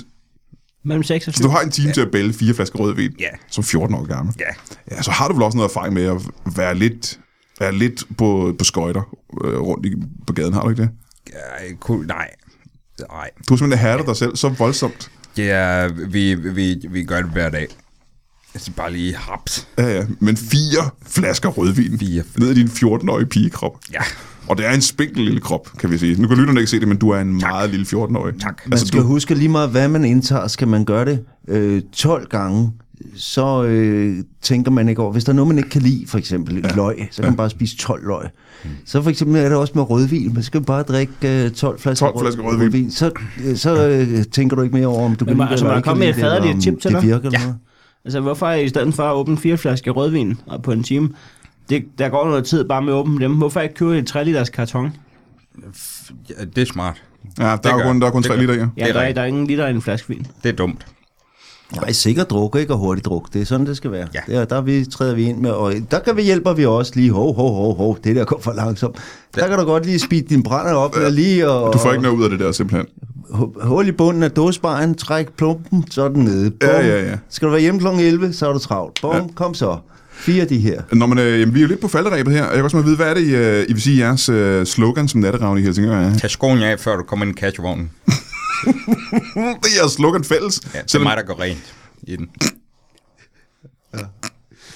Speaker 2: Mellem 6 og 7.
Speaker 1: Så du har en time ja. til at bælge fire flasker rødvin,
Speaker 3: Ja.
Speaker 1: som 14 år gammel.
Speaker 3: Ja.
Speaker 1: Ja, så har du vel også noget erfaring med at være lidt, være lidt på, på skøjter øh, rundt i, på gaden, har du ikke det?
Speaker 3: ja kun, nej. Nej.
Speaker 1: Du har simpelthen hærdet dig selv så voldsomt.
Speaker 3: Det er, vi, vi, vi gør det hver dag. Altså bare lige haps.
Speaker 1: Ja, ja. Men fire flasker rødvin
Speaker 3: Fire.
Speaker 1: ned i din 14-årige pigekrop.
Speaker 3: Ja.
Speaker 1: Og det er en spinkel lille krop, kan vi sige. Nu kan lytterne ikke se det, men du er en tak. meget lille Altså, 14-årig.
Speaker 3: Tak.
Speaker 4: Man skal huske lige meget, hvad man indtager, skal man gøre det øh, 12 gange, så øh, tænker man ikke over, hvis der er noget, man ikke kan lide, for eksempel ja. løg, så kan man bare spise 12 løg. Så for eksempel er det også med rødvin, man skal bare drikke øh, 12 flasker,
Speaker 1: 12 flasker rødvin.
Speaker 4: Så, øh, så øh, tænker du ikke mere over, om du kan
Speaker 2: man-
Speaker 4: lide det,
Speaker 2: altså,
Speaker 4: eller
Speaker 2: man
Speaker 4: ikke
Speaker 2: kom
Speaker 4: kan
Speaker 2: med
Speaker 4: lide
Speaker 2: et
Speaker 4: det, eller
Speaker 2: faderligt
Speaker 4: om
Speaker 2: tip til
Speaker 4: det
Speaker 2: dig.
Speaker 4: virker ja. noget.
Speaker 2: Altså, hvorfor i stedet for at åbne fire flasker rødvin og på en time, det, der går noget tid bare med at åbne dem. Hvorfor ikke købe et 3 liters karton?
Speaker 3: Ja, det er smart.
Speaker 1: Ja, der er jo
Speaker 3: gør-
Speaker 1: kun, der er kun
Speaker 3: det
Speaker 1: tre
Speaker 3: gør-
Speaker 1: liter i. Ja.
Speaker 2: Ja,
Speaker 3: Det er
Speaker 2: der, er,
Speaker 3: rigtigt.
Speaker 2: der er ingen liter i en flaske vin.
Speaker 3: Det er dumt.
Speaker 4: Nej, sikker druk, ikke? Og hurtig druk. Det er sådan, det skal være.
Speaker 3: Ja.
Speaker 4: Ja. Der, der er vi, træder vi ind med, og der kan vi hjælper vi også lige, hov, hov, hov, hov, det der går for langsomt. Der kan du godt lige speede din brænder op, ja. lige og,
Speaker 1: Du får ikke noget ud af det der, simpelthen.
Speaker 4: hu- hul i bunden af dåsbaren, træk plumpen, så er den nede. Bum.
Speaker 1: Ja, ja, ja.
Speaker 4: Skal du være hjemme kl. 11, så er du travlt. Bum, ja. kom så. Fire af de her.
Speaker 1: Nå, men øh, jamen, vi er jo lidt på falderæbet her. Jeg kan også med vide, hvad er det, I, øh, I vil sige, jeres øh, slogan som natteravn i Helsingør er?
Speaker 3: Tag skoen af, før du kommer ind i cashvognen.
Speaker 1: Det er jeres slogan fælles.
Speaker 3: Ja, det er
Speaker 1: selvom-
Speaker 3: mig, der går rent i den.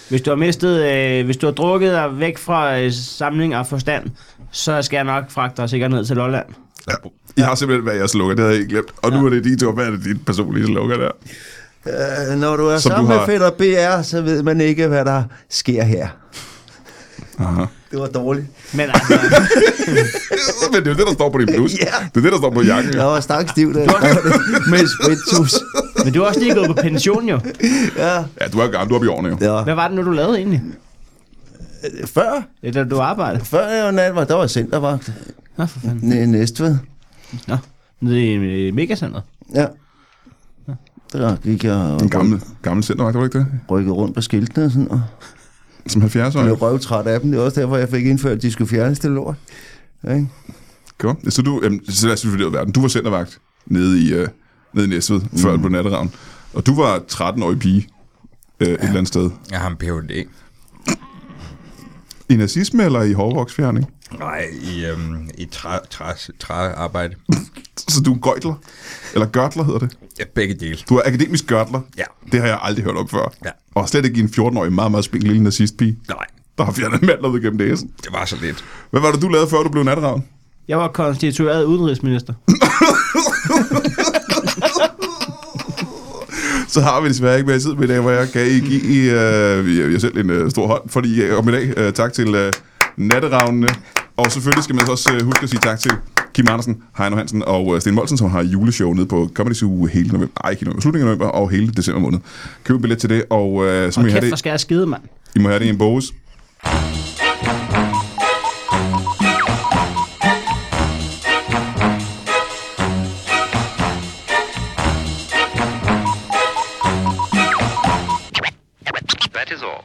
Speaker 2: Hvis du har mistet, øh, hvis du har drukket dig væk fra øh, samling og forstand, så skal jeg nok fragte dig sikkert ned til Lolland.
Speaker 1: I har simpelthen været jeres slogan, det havde jeg ikke glemt. Og nu er det din tur. Hvad er det dit personlige slogan der?
Speaker 4: Øh, når du er
Speaker 1: Som du
Speaker 4: sammen
Speaker 1: har-
Speaker 4: med fætter BR, så ved man ikke, hvad der sker her.
Speaker 1: Aha.
Speaker 4: Det var dårligt.
Speaker 2: Men altså,
Speaker 1: Men det er jo det, der står på din bluse.
Speaker 4: Ja.
Speaker 1: Det er det, der står på jakken.
Speaker 4: Jeg var stak stiv, da jeg gjorde det med spiritus.
Speaker 2: men du er også lige gået på pension jo.
Speaker 4: Ja.
Speaker 1: Ja, du er jo gammel. Du er oppe i årene jo.
Speaker 4: ja.
Speaker 2: Hvad var det nu, du lavede egentlig?
Speaker 4: Før,
Speaker 2: Det er da du arbejdede.
Speaker 4: før jeg var nat, var- der var jeg centervagt.
Speaker 2: Nå, for fanden.
Speaker 4: Næ- Næstved.
Speaker 2: Nå. Nede i øh, megacenteret.
Speaker 4: Ja. Der gik jeg og
Speaker 1: En gammel, gammel centervagt, var det ikke det?
Speaker 4: rykkede rundt på skiltene og sådan noget.
Speaker 1: Som 70 år.
Speaker 4: Jeg blev røvtræt af dem. Det er også derfor, jeg fik indført, at de skulle fjernes det lort. Ja, ikke?
Speaker 1: Godt. Så du, jamen, så lad os selvfølgelig verden. Du var centervagt nede i, øh, nede i Næstved, mm. før du blev natteravn. Og du var 13-årig pige øh, et eller andet sted.
Speaker 3: Jeg har en Ph.D.
Speaker 1: I nazisme eller i hårdvoksfjerning?
Speaker 3: Nej, i, øhm, i træ, træ, træarbejde.
Speaker 1: Så du er gøjtler? Eller gørtler hedder det?
Speaker 3: Ja, begge dele.
Speaker 1: Du er akademisk gørtler?
Speaker 3: Ja.
Speaker 1: Det har jeg aldrig hørt om før.
Speaker 3: Ja.
Speaker 1: Og slet ikke i en 14-årig meget, meget spinkel lille nazistpige,
Speaker 3: Nej,
Speaker 1: der har fjernet mandler ud gennem næsen.
Speaker 3: det var så lidt.
Speaker 1: Hvad var det, du lavede, før du blev natteravn?
Speaker 2: Jeg var konstitueret udenrigsminister.
Speaker 1: Så har vi desværre ikke mere tid med i dag, hvor jeg kan I give øh, jer selv en øh, stor hånd, fordi I kom i dag. Øh, tak til øh, natteravnene. Og selvfølgelig skal man så også øh, huske at sige tak til Kim Andersen, Heino Hansen og øh, Sten Molsen, som har juleshow nede på Comedy Zoo hele november, ej, ikke november, slutningen af november og hele december måned. Køb en billet til det, og øh, så
Speaker 2: Og
Speaker 1: må I, have
Speaker 2: kæft, hvor
Speaker 1: det,
Speaker 2: skal jeg skide, mand.
Speaker 1: I må have det i en pose.
Speaker 6: That is all.